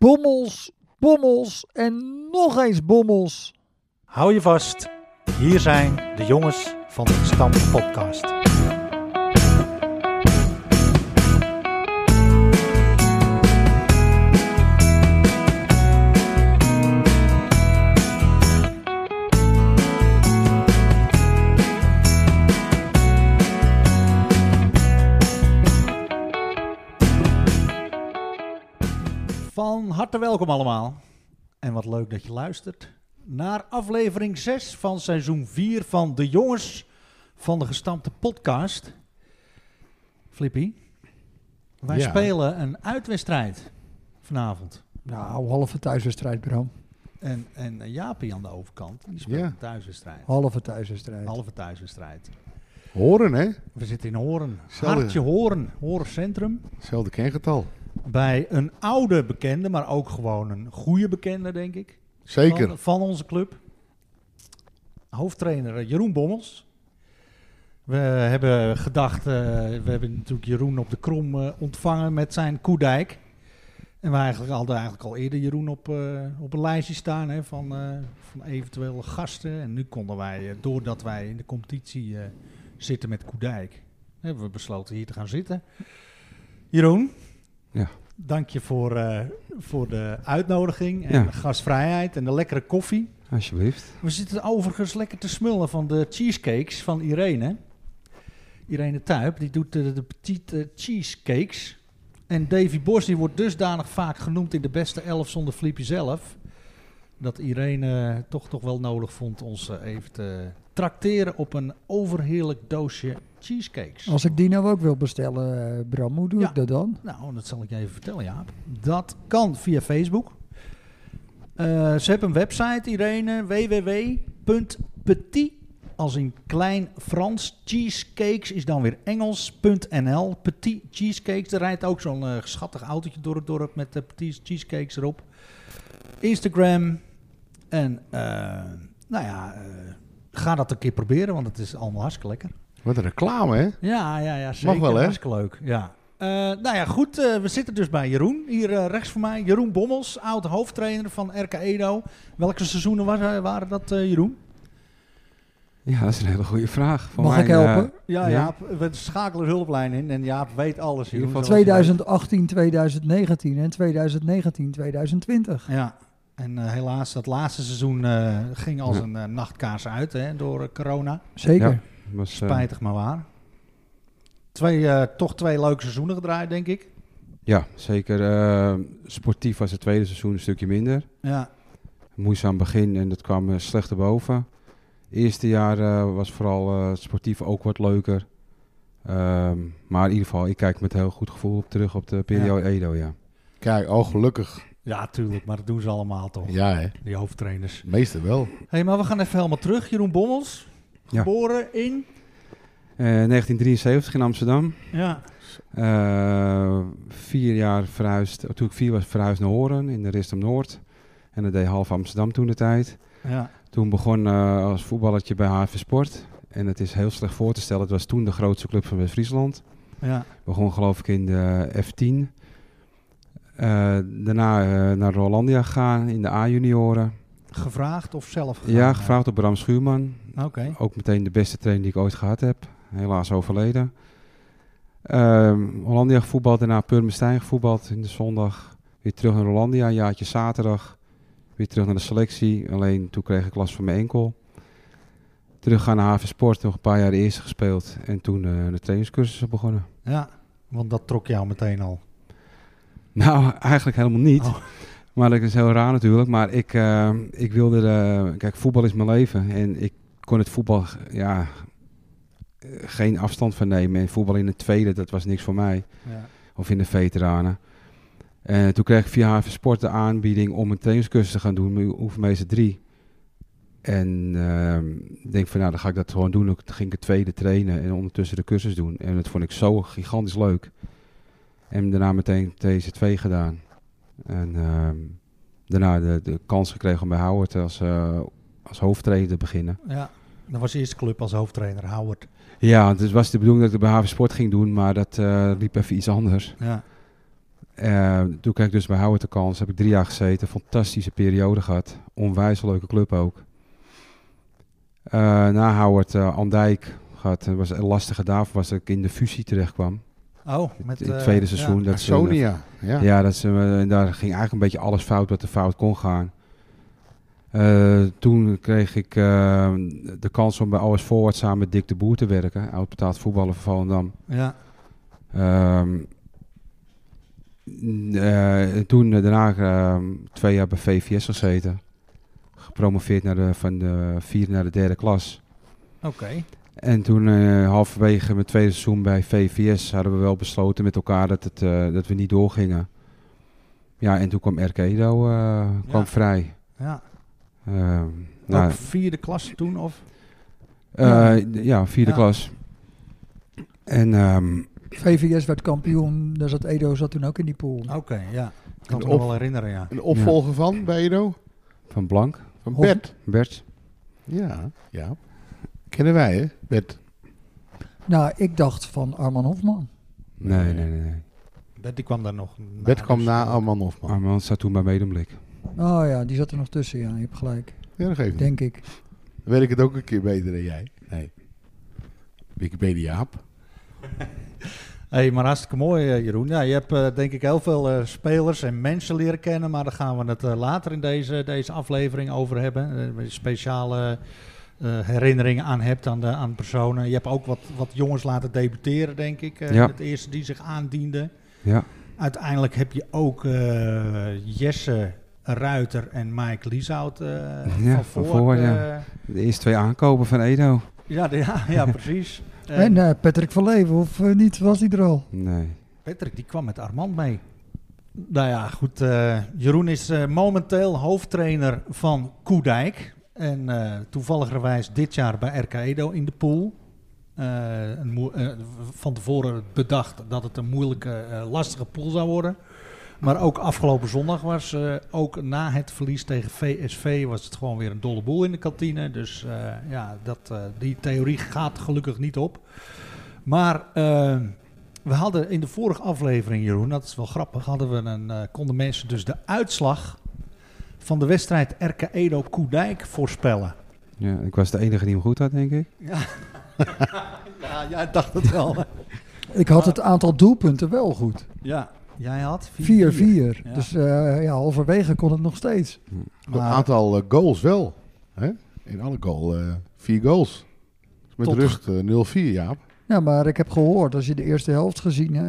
bommels, bommels en nog eens bommels. Hou je vast. Hier zijn de jongens van de Stam Podcast. Van harte welkom allemaal. En wat leuk dat je luistert naar aflevering 6 van seizoen 4 van De Jongens van de Gestampte Podcast. Flippy, wij Ja. spelen een uitwedstrijd vanavond. Nou, halve thuiswedstrijd, Bram. En, en eh, Jaapie aan de overkant, die speelt Ja. een thuiswedstrijd. Halve thuiswedstrijd. Halve thuiswedstrijd. Horen, hè? We zitten in Hoorn. Zelden. Hartje Hoorn, Hoorncentrum. Hetzelfde kengetal. Bij een oude bekende, maar ook gewoon een goede bekende, denk ik. Zeker. Van, van onze club. Hoofdtrainer eh, Jeroen Bommels. We hebben gedacht, eh, we hebben natuurlijk Jeroen op de Krom eh, ontvangen met zijn Koedijk. En we eigenlijk, hadden eigenlijk al eerder Jeroen op, eh, op een lijstje staan hè, van, eh, van eventuele gasten. En nu konden wij, eh, doordat wij in de competitie eh, zitten met Koedijk, hebben we besloten hier te gaan zitten. Jeroen, Ja. dank je voor, eh, voor de uitnodiging en Ja. de gastvrijheid en de lekkere koffie. Alsjeblieft. We zitten overigens lekker te smullen van de cheesecakes van Irene. Irene Tuip, die doet de, de petite eh, cheesecakes. En Davy Bos, die wordt dusdanig vaak genoemd in de beste elf zonder Flippy zelf. Dat Irene toch toch wel nodig vond ons eh, even te trakteren op een overheerlijk doosje cheesecakes. Als ik die nou ook wil bestellen, eh, Bram, hoe doe Ja. ik dat dan? Nou, dat zal ik je even vertellen, Jaap. Dat kan via Facebook. Eh, ze hebben een website, Irene, www.petit, als in klein Frans, cheesecakes is dan weer Engels.nl, petit cheesecakes. Er rijdt ook zo'n eh, schattig autootje door het dorp met de petit cheesecakes erop. Instagram en, eh, nou ja, eh, ga dat een keer proberen, want het is allemaal hartstikke lekker. Wat een reclame, hè? Ja, ja, ja, zeker. wel, hè? Hartstikke leuk, ja. Eh, nou ja, goed. eh, we zitten dus bij Jeroen. Hier eh, rechts van mij. Jeroen Bommels, oud hoofdtrainer van RK Edo. Welke seizoenen was, eh, waren dat, eh, Jeroen? Ja, dat is een hele goede vraag. Voor Mag mij, ik helpen? eh, Ja, Ja. Jaap. We schakelen de hulplijn in en Jaap weet alles. In ieder Jeroen, geval zoals je 2018, 2019 en 2019, 2020. weet. Ja, en eh, helaas, dat laatste seizoen eh, ging als Ja. een eh, nachtkaars uit hè, door eh, corona. Zeker. Ja. was, eh, Spijtig maar waar. Twee, eh, toch twee leuke seizoenen gedraaid, denk ik. ja, zeker. eh, sportief was het tweede seizoen een stukje minder. Ja, Moeizaam begin en dat kwam eh, slecht erboven. Eerste jaar eh, was vooral eh, sportief ook wat leuker. Ehm, maar in ieder geval, ik kijk met heel goed gevoel op terug op de periode Edo, ja. Kijk, oh, gelukkig. ja, tuurlijk. Maar dat doen ze allemaal toch, Ja, hè? die hoofdtrainers. Meestal wel. Hé, maar we gaan even helemaal terug. Jeroen Bommels, Ja. geboren in... Eh, 1973 in Amsterdam. Ja. Eh, vier jaar verhuisd, toen ik vier was verhuisd naar Horen in de Ristum Noord. En dat deed half Amsterdam toen de tijd. ja. Toen begon eh, als voetballertje bij HV Sport. En het is heel slecht voor te stellen. Het was toen de grootste club van West-Friesland. Ja. Begon geloof ik in de F10. Eh, daarna eh, naar Rolandia gegaan in de A-junioren. Gevraagd of zelf gegaan? Ja, gevraagd op Bram Schuurman. Oké. Ook meteen de beste trainer die ik ooit gehad heb. Helaas overleden. Ehm Hollandia gevoetbald, daarna Purmerstein gevoetbald in de zondag. Weer terug naar Hollandia, een jaartje zaterdag. Weer terug naar de selectie, alleen toen kreeg ik last van mijn enkel. Terug gaan naar HV Sport, nog een paar jaar de eerste gespeeld. En toen eh, de trainingscursussen begonnen. Ja, want dat trok jou meteen al. Nou, eigenlijk helemaal niet. Oh. Maar dat is heel raar natuurlijk. Maar ik, eh, ik wilde... eh, kijk, voetbal is mijn leven. En ik kon het voetbal ja, eh, geen afstand van nemen. En voetbal in het tweede, dat was niks voor mij. Ja. Of in de veteranen. En toen kreeg ik via HV Sport de aanbieding om een trainingscursus te gaan doen. Oefenmeester 3. En ehm, ik denk van, nou, dan ga ik dat gewoon doen. Ook- Toen ging ik het tweede trainen en ondertussen de cursus doen. En dat vond ik zo gigantisch leuk. En daarna meteen TC2 gedaan. En ehm, daarna de, de kans gekregen om bij Howard als, eh, als hoofdtrainer te beginnen. ja. Dat was de eerste club als hoofdtrainer, Howard. Ja, dus was de bedoeling dat ik het bij HV Sport ging doen. Maar dat eh, liep even iets anders. Ja. Eh, toen kreeg ik dus bij Howard de kans. Heb ik drie jaar gezeten. Fantastische periode gehad. Onwijs leuke club ook. Eh, na Howard eh Andijk gehad. Het was een lastige daarvoor was dat ik in de fusie terechtkwam. Oh, met in het eh, tweede ja. seizoen. Dat ze- Sonia. Ja. ja, dat ze, en daar ging eigenlijk een beetje alles fout wat er fout kon gaan. Eh, toen kreeg ik eh, de kans om bij OS Forward samen met Dick de Boer te werken. Oud betaald voetballer van Volendam. Ja. Ehm, n- eh, toen eh, daarna ehm, twee jaar bij VVS gezeten. Gepromoveerd naar de, van de vierde naar de derde klas. Oké. En toen eh, halverwege mijn tweede seizoen bij VVS hadden we wel besloten met elkaar dat, het, eh, dat we niet doorgingen. Ja, en toen kwam Erkedo eh kwam Ja. vrij. Ja. Ehm, Ook nou, vierde klas toen of? eh, d- ja, vierde Ja. klas. En ehm, VVS werd kampioen, daar zat Edo zat toen ook in die pool. Oké, ja. Ik kan En me nog op- wel herinneren, ja. Een opvolger van bij Edo? van Blank, Van Of- Bert. Bert. Ja. ja. Kennen wij, hè? Bert. Nou, ik dacht van Arman Hofman. Nee, nee, nee. nee. Bert die kwam daar nog. na, Bert kwam dus, na eh, Arman Hofman. Armand staat toen bij Medemblik. Oh ja, die zat er nog tussen, ja, je hebt gelijk. Ja, dat geeft niet. Denk ik. Dan weet ik het ook een keer beter dan jij. Nee. Wikipedia Jaap. Hey, maar hartstikke mooi, eh, Jeroen. Ja, je hebt eh, denk ik heel veel eh, spelers en mensen leren kennen, maar daar gaan we het eh, later in deze, deze aflevering over hebben. Eh, waar je speciale eh, herinneringen aan hebt aan, de, aan personen. Je hebt ook wat, wat jongens laten debuteren, denk ik. eh, Ja. Het eerste die zich aandiende. Ja. Uiteindelijk heb je ook eh, Jesse Ruiter en Mike Lieshout eh Ja, van van voor. Voort, ja. eh, De eerste twee aankopen van Edo. ja, de- ja, ja, precies. Eh, En eh, Patrick van Leeuwen, of eh, niet, was die er al? Nee. Patrick, die kwam met Armand mee. Nou ja, goed. eh, Jeroen is eh, momenteel hoofdtrainer van Koedijk. En eh toevalligerwijs dit jaar bij RK Edo in de pool. Eh, een moe- eh, van tevoren bedacht dat het een moeilijke, eh, lastige pool zou worden. Maar ook afgelopen zondag was, eh, ook na het verlies tegen VSV, was het gewoon weer een dolle boel in de kantine. Dus eh, ja, dat, eh, die theorie gaat gelukkig niet op. Maar eh, we hadden in de vorige aflevering, Jeroen, dat is wel grappig, hadden we een, eh, konden mensen dus de uitslag van de wedstrijd RK Edo Koedijk voorspellen. Ja, ik was de enige die hem goed had, denk ik. Ja, ja jij dacht het wel. Ik Ah. had het aantal doelpunten wel goed. 4-4. ja, jij had 4-4. Ja. Dus eh, ja, halverwege kon het nog steeds. Een aantal eh, goals wel. Hè? In alle goal. eh, vier goals. Dus Met Tot- rust eh, 0-4, Jaap. Ja, maar ik heb gehoord, als je de eerste helft gezien eh,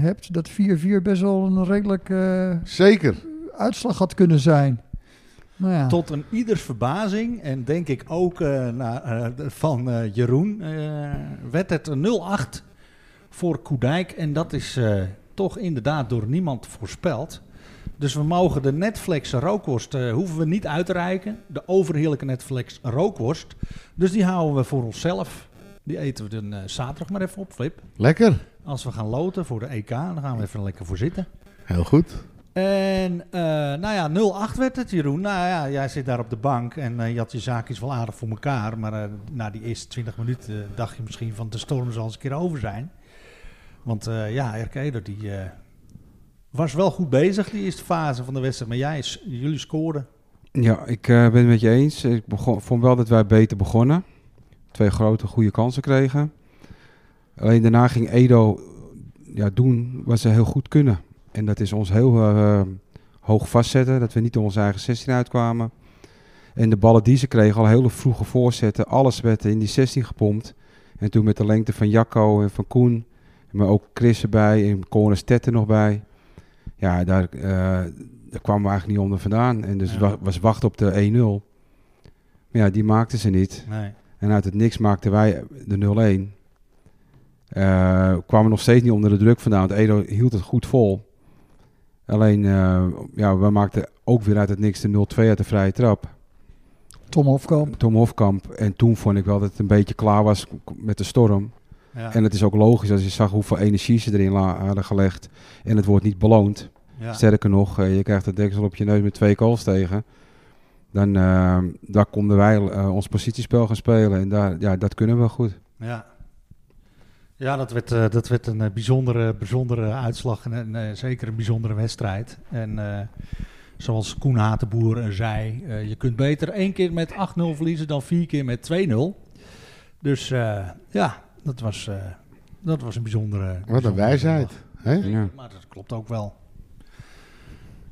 hebt, dat 4-4 best wel een redelijk eh, Zeker. uitslag had kunnen zijn. Nou ja, Tot een ieders verbazing, en denk ik ook eh, na- eh, de- van eh, Jeroen, eh, werd het een 0-8 voor Koedijk. En dat is eh, toch inderdaad door niemand voorspeld. Dus we mogen de Netflix rookworst eh, hoeven we niet uit te reiken. De overheerlijke Netflix rookworst. Dus die houden we voor onszelf. Die eten we dan eh, zaterdag maar even op, Flip. Lekker. Als we gaan loten voor de EK, dan gaan we even lekker voor zitten. Heel goed. En eh, nou ja, 0-8 werd het, Jeroen. Nou ja, jij zit daar op de bank en eh, je had je zaakjes wel aardig voor elkaar. Maar eh, na die eerste 20 minuten eh, dacht je misschien van de storm zal eens een keer over zijn. Want eh, ja, RK Edo die eh, was wel goed bezig die eerste fase van de wedstrijd. Maar jij, s- jullie scoorden. Ja, ik eh, ben het met je eens. Ik begon, vond wel dat wij beter begonnen. Twee grote goede kansen kregen. Alleen daarna ging Edo ja, doen wat ze heel goed kunnen. En dat is ons heel eh, hoog vastzetten. Dat we niet door onze eigen 16 uitkwamen. En de ballen die ze kregen, al hele vroege voorzetten. Alles werd in die 16 gepompt. En toen met de lengte van Jacco en van Koen. Maar ook Chris erbij en Corners Tetten nog bij. Ja, daar, eh, daar kwamen we eigenlijk niet onder vandaan. En dus Ja. wa- was wacht op de 1-0. Maar ja, die maakten ze niet. Nee. En uit het niks maakten wij de 0-1. Eh kwamen nog steeds niet onder de druk vandaan. Want Edo hield het goed vol. Alleen, eh, ja, we maakten ook weer uit het niks de 0-2 uit de vrije trap. Tom Hofkamp. Tom Hofkamp. En toen vond ik wel dat het een beetje klaar was met de storm. Ja. En het is ook logisch als je zag hoeveel energie ze erin la- hadden gelegd. En het wordt niet beloond. ja. Sterker nog, eh, je krijgt de deksel op je neus met twee calls tegen. Dan eh, daar konden wij eh, ons positiespel gaan spelen. En daar, ja, dat kunnen we goed. Ja. Ja, dat werd, eh, dat werd een eh, bijzondere, bijzondere uitslag en een, eh, zeker een bijzondere wedstrijd. En eh, zoals Koen Hatenboer eh, zei, eh, je kunt beter één keer met 8-0 verliezen dan vier keer met 2-0. Dus eh, ja, dat was, eh, dat was een bijzondere... Wat een bijzondere wijsheid. Hè? Ja. Maar dat klopt ook wel.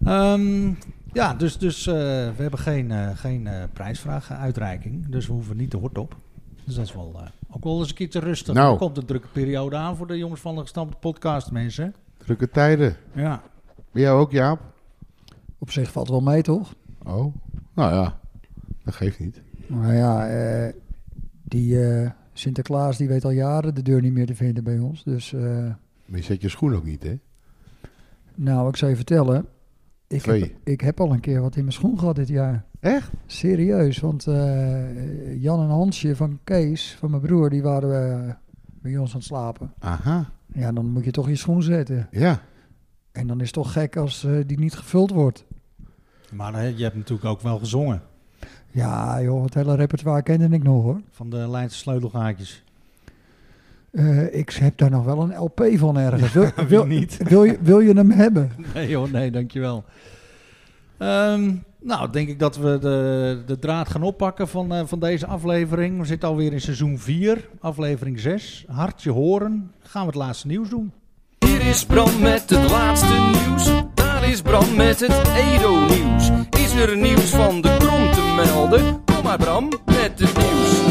Ehm, ja, dus, dus eh, we hebben geen, eh geen eh prijsvragenuitreiking. Dus we hoeven niet te hort op. Dus dat is wel, eh, ook wel eens een keer te rustig. Nou. Er komt een drukke periode aan voor de jongens van de gestampte podcast, mensen. Drukke tijden. Ja. Ben jij ook, Jaap? Op zich valt wel mee, toch? Oh, nou ja. Dat geeft niet. Nou ja, eh, die eh, Sinterklaas die weet al jaren de deur niet meer te vinden bij ons. Dus eh, Maar je zet je schoen ook niet, hè? nou, ik zou je vertellen. Ik heb, Twee. ik heb al een keer wat in mijn schoen gehad dit jaar. Echt? Serieus, want eh, Jan en Hansje van Kees, van mijn broer, die waren eh, bij ons aan het slapen. Aha. Ja, dan moet je toch je schoen zetten. Ja. En dan is het toch gek als eh, die niet gevuld wordt. Maar eh, je hebt natuurlijk ook wel gezongen Ja, joh, het hele repertoire kende ik nog hoor. van de Leidse sleutelgaatjes. Eh, ik heb daar nog wel een LP van ergens. Wil, wil, niet? wil, je, wil je hem hebben? Nee hoor, nee, dankjewel. Ehm nou, denk ik dat we de, de draad gaan oppakken van, eh, van deze aflevering. We zitten alweer in seizoen 4, aflevering 6. Hartje horen. Gaan we het laatste nieuws doen? Hier is Bram met het laatste nieuws. Daar is Bram met het Edo-nieuws. Is er nieuws van de krom te melden? Kom maar Bram met het nieuws.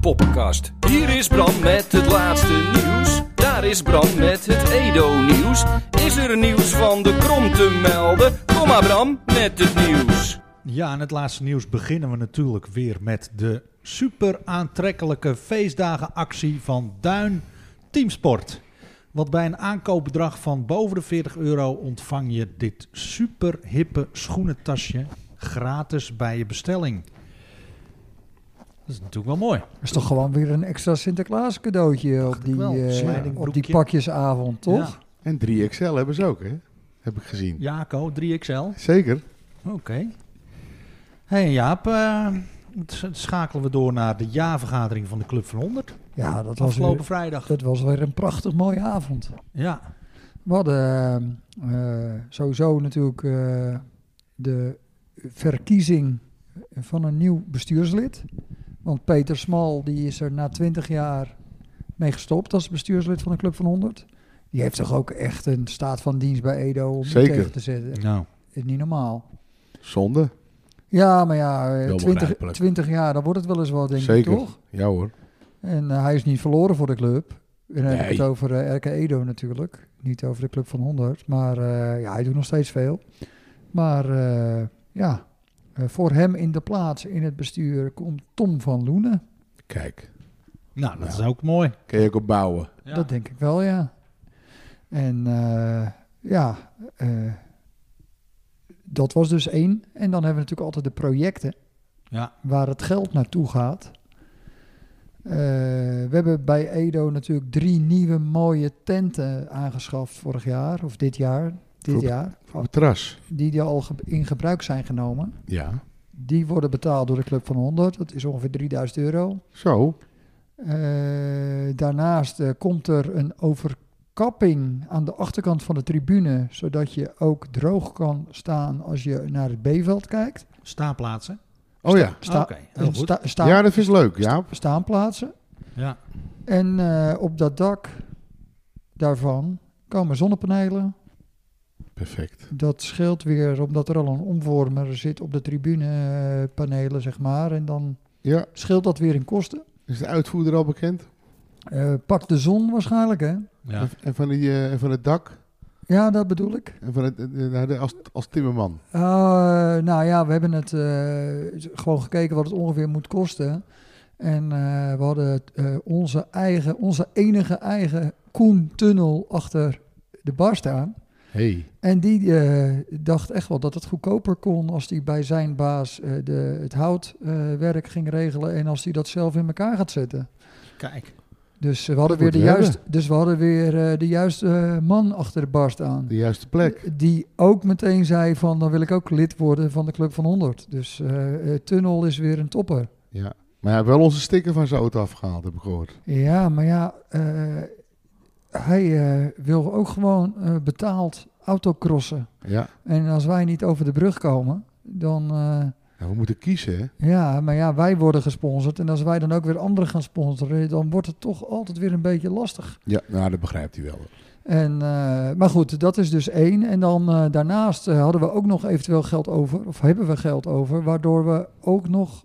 Poppenkast. Hier is Bram met het laatste nieuws. Daar is Bram met het Edo-nieuws. Is er nieuws van de krom te melden? Kom maar Bram met het nieuws. Ja, en het laatste nieuws beginnen we natuurlijk weer met de super aantrekkelijke feestdagenactie van Duin Teamsport. Want bij een aankoopbedrag van boven de 40 euro ontvang je dit super hippe schoenentasje gratis bij je bestelling. Dat is natuurlijk wel mooi. Dat is toch gewoon weer een extra Sinterklaas cadeautje op ik die, wel. eh, Slijding op die broekje. pakjesavond, toch? En 3XL hebben ze ook, hè? Heb ik gezien. Jaco, 3XL. Zeker. Oké. hey Jaap, eh, s- schakelen we door naar de jaarvergadering van de Club van 100. Ja, dat, was weer, Afgelopen vrijdag. dat was weer een prachtig mooie avond. Ja, We hadden eh, eh, sowieso natuurlijk eh, de verkiezing van een nieuw bestuurslid. Want Peter Smal die is er na 20 jaar mee gestopt als bestuurslid van de Club van 100. Die heeft toch ook echt een staat van dienst bij Edo om die Zeker. tegen te zetten. nou. Is Niet normaal. Zonde. Ja, maar ja, eh, Wel 20, begrijpelijk. 20 jaar, dan wordt het wel eens wat, denk Zeker. ik, toch? Ja hoor. En eh, hij is niet verloren voor de club. En dan heb ik Nee. het over eh, RK Edo natuurlijk. Niet over de club van 100. Maar eh, ja, hij doet nog steeds veel. Maar eh, ja, eh, voor hem in de plaats in het bestuur komt Tom van Loenen. Kijk. Nou, dat Ja. is ook mooi. Kun je ook op bouwen. Dat denk ik wel, ja. En eh, ja, eh, dat was dus één. En dan hebben we natuurlijk altijd de projecten. Ja. waar het geld naartoe gaat. Eh, we hebben bij Edo natuurlijk drie nieuwe mooie tenten aangeschaft vorig jaar, of dit jaar, dit Goed. jaar, Op het terras. die, die al ge- in gebruik zijn genomen. Ja. Die worden betaald door de Club van 100, dat is ongeveer 3000 euro. Zo. Oh Eh, daarnaast eh, komt er een overkapping aan de achterkant van de tribune, zodat je ook droog kan staan als je naar het B-veld kijkt. Staanplaatsen. Oh ja. Sta- Oké, heel een goed. sta- sta- Ja, dat is leuk, Jaap. Staanplaatsen. Ja. En eh, op dat dak daarvan komen zonnepanelen. Perfect. Dat scheelt weer omdat er al een omvormer zit op de tribunepanelen, zeg maar. En dan Ja. scheelt dat weer in kosten. Is de uitvoerder al bekend? Eh, pak de zon waarschijnlijk, hè? ja. En, en van, die, eh, en van het dak? Ja, dat bedoel ik. En van het, eh, naar de- als, als timmerman? Eh, nou ja, we hebben het eh, gewoon gekeken wat het ongeveer moet kosten. En eh, we hadden eh, onze eigen, onze enige eigen Koen-tunnel achter de bar staan. Hey. En die eh, dacht echt wel dat het goedkoper kon als hij bij zijn baas eh, de, eh, het houtwerk ging regelen en als hij dat zelf in elkaar gaat zetten. Kijk. Dus we hadden, weer Moeten de, we juist, dus we hadden weer eh, de juiste eh, man achter de barst aan. De juiste plek. Die ook meteen zei van, dan wil ik ook lid worden van de Club van 100. Dus eh, eh, Tunnel is weer een topper. Ja. Maar hij heeft wel onze sticker van zijn auto afgehaald, heb ik gehoord. Ja, maar ja, eh, hij eh, wil ook gewoon eh, betaald autocrossen. Ja. En als wij niet over de brug komen, dan... eh, Ja, we moeten kiezen, hè? ja, maar ja, wij worden gesponsord. En als wij dan ook weer anderen gaan sponsoren, dan wordt het toch altijd weer een beetje lastig. Ja, nou, dat begrijpt hij wel. En, eh, maar goed, dat is dus één. En dan eh, daarnaast eh, hadden we ook nog eventueel geld over, of hebben we geld over, waardoor we ook nog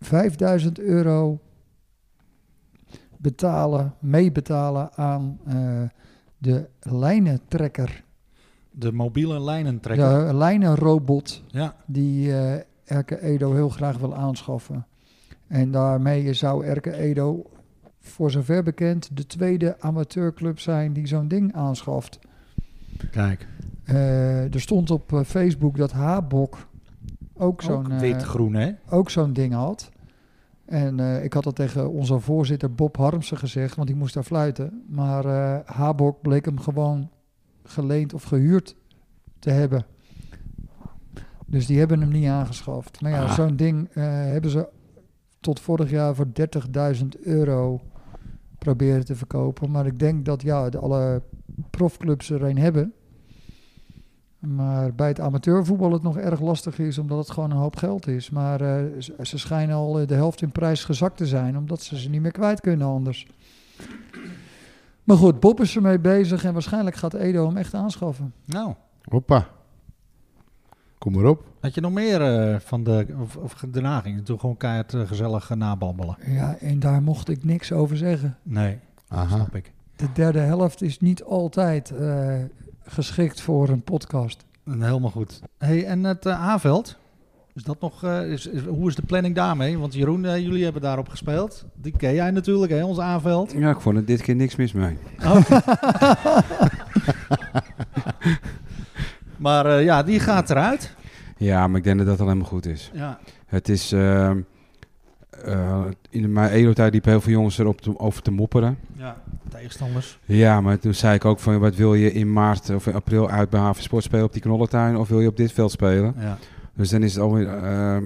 5000 euro betalen, meebetalen aan eh, de lijnentrekker. De mobiele lijnentrekker. Ja. De lijnenrobot ja. die eh, Erke Edo heel graag wil aanschaffen. En daarmee zou Erke Edo, voor zover bekend, de tweede amateurclub zijn die zo'n ding aanschaft. Kijk. Eh, er stond op eh, Facebook dat Habok ook zo'n eh, wit-groen, hè? ook zo'n ding had. En eh, ik had dat tegen onze voorzitter Bob Harmsen gezegd, want die moest daar fluiten. Maar eh, Habok bleek hem gewoon geleend of gehuurd te hebben. Dus die hebben hem niet aangeschaft. Maar ja, Ah. zo'n ding eh, hebben ze tot vorig jaar voor 30.000 euro proberen te verkopen. Maar ik denk dat ja, de- alle profclubs er een hebben. Maar bij het amateurvoetbal het nog erg lastig is, omdat het gewoon een hoop geld is. Maar eh, ze, ze schijnen al eh, de helft in prijs gezakt te zijn, omdat ze ze niet meer kwijt kunnen anders. Maar goed, Bob is ermee bezig en waarschijnlijk gaat Edo hem echt aanschaffen. Nou, Hoppa. Kom maar op. had je nog meer eh, van de... Of, of daarna ging het toen gewoon keihard eh, gezellig eh, nababbelen. Ja, en daar mocht ik niks over zeggen. Nee, Aha. snap ik. De derde helft is niet altijd eh, geschikt voor een podcast. En Helemaal goed. Hey, en het eh Haveld? Is dat nog, eh, is, is- hoe is de planning daarmee? Want Jeroen, eh, jullie hebben daarop gespeeld. Die ken jij natuurlijk, hè, ons Aveld. Ja, ik vond er dit keer niks mis mee. Maar eh, ja, die gaat eruit. Ja, maar ik denk dat dat al helemaal goed is. Ja, Het is... ehm, eh, in de- mijn edo-tijd liepen heel veel jongens erop te, over te mopperen. ja. tegenstanders. Ja, maar toen zei ik ook van... Wat wil je in maart of in april uit bij Haven Sport spelen op die knollentuin? Of wil je op dit veld spelen? Ja. Dus dan is het alweer... ehm,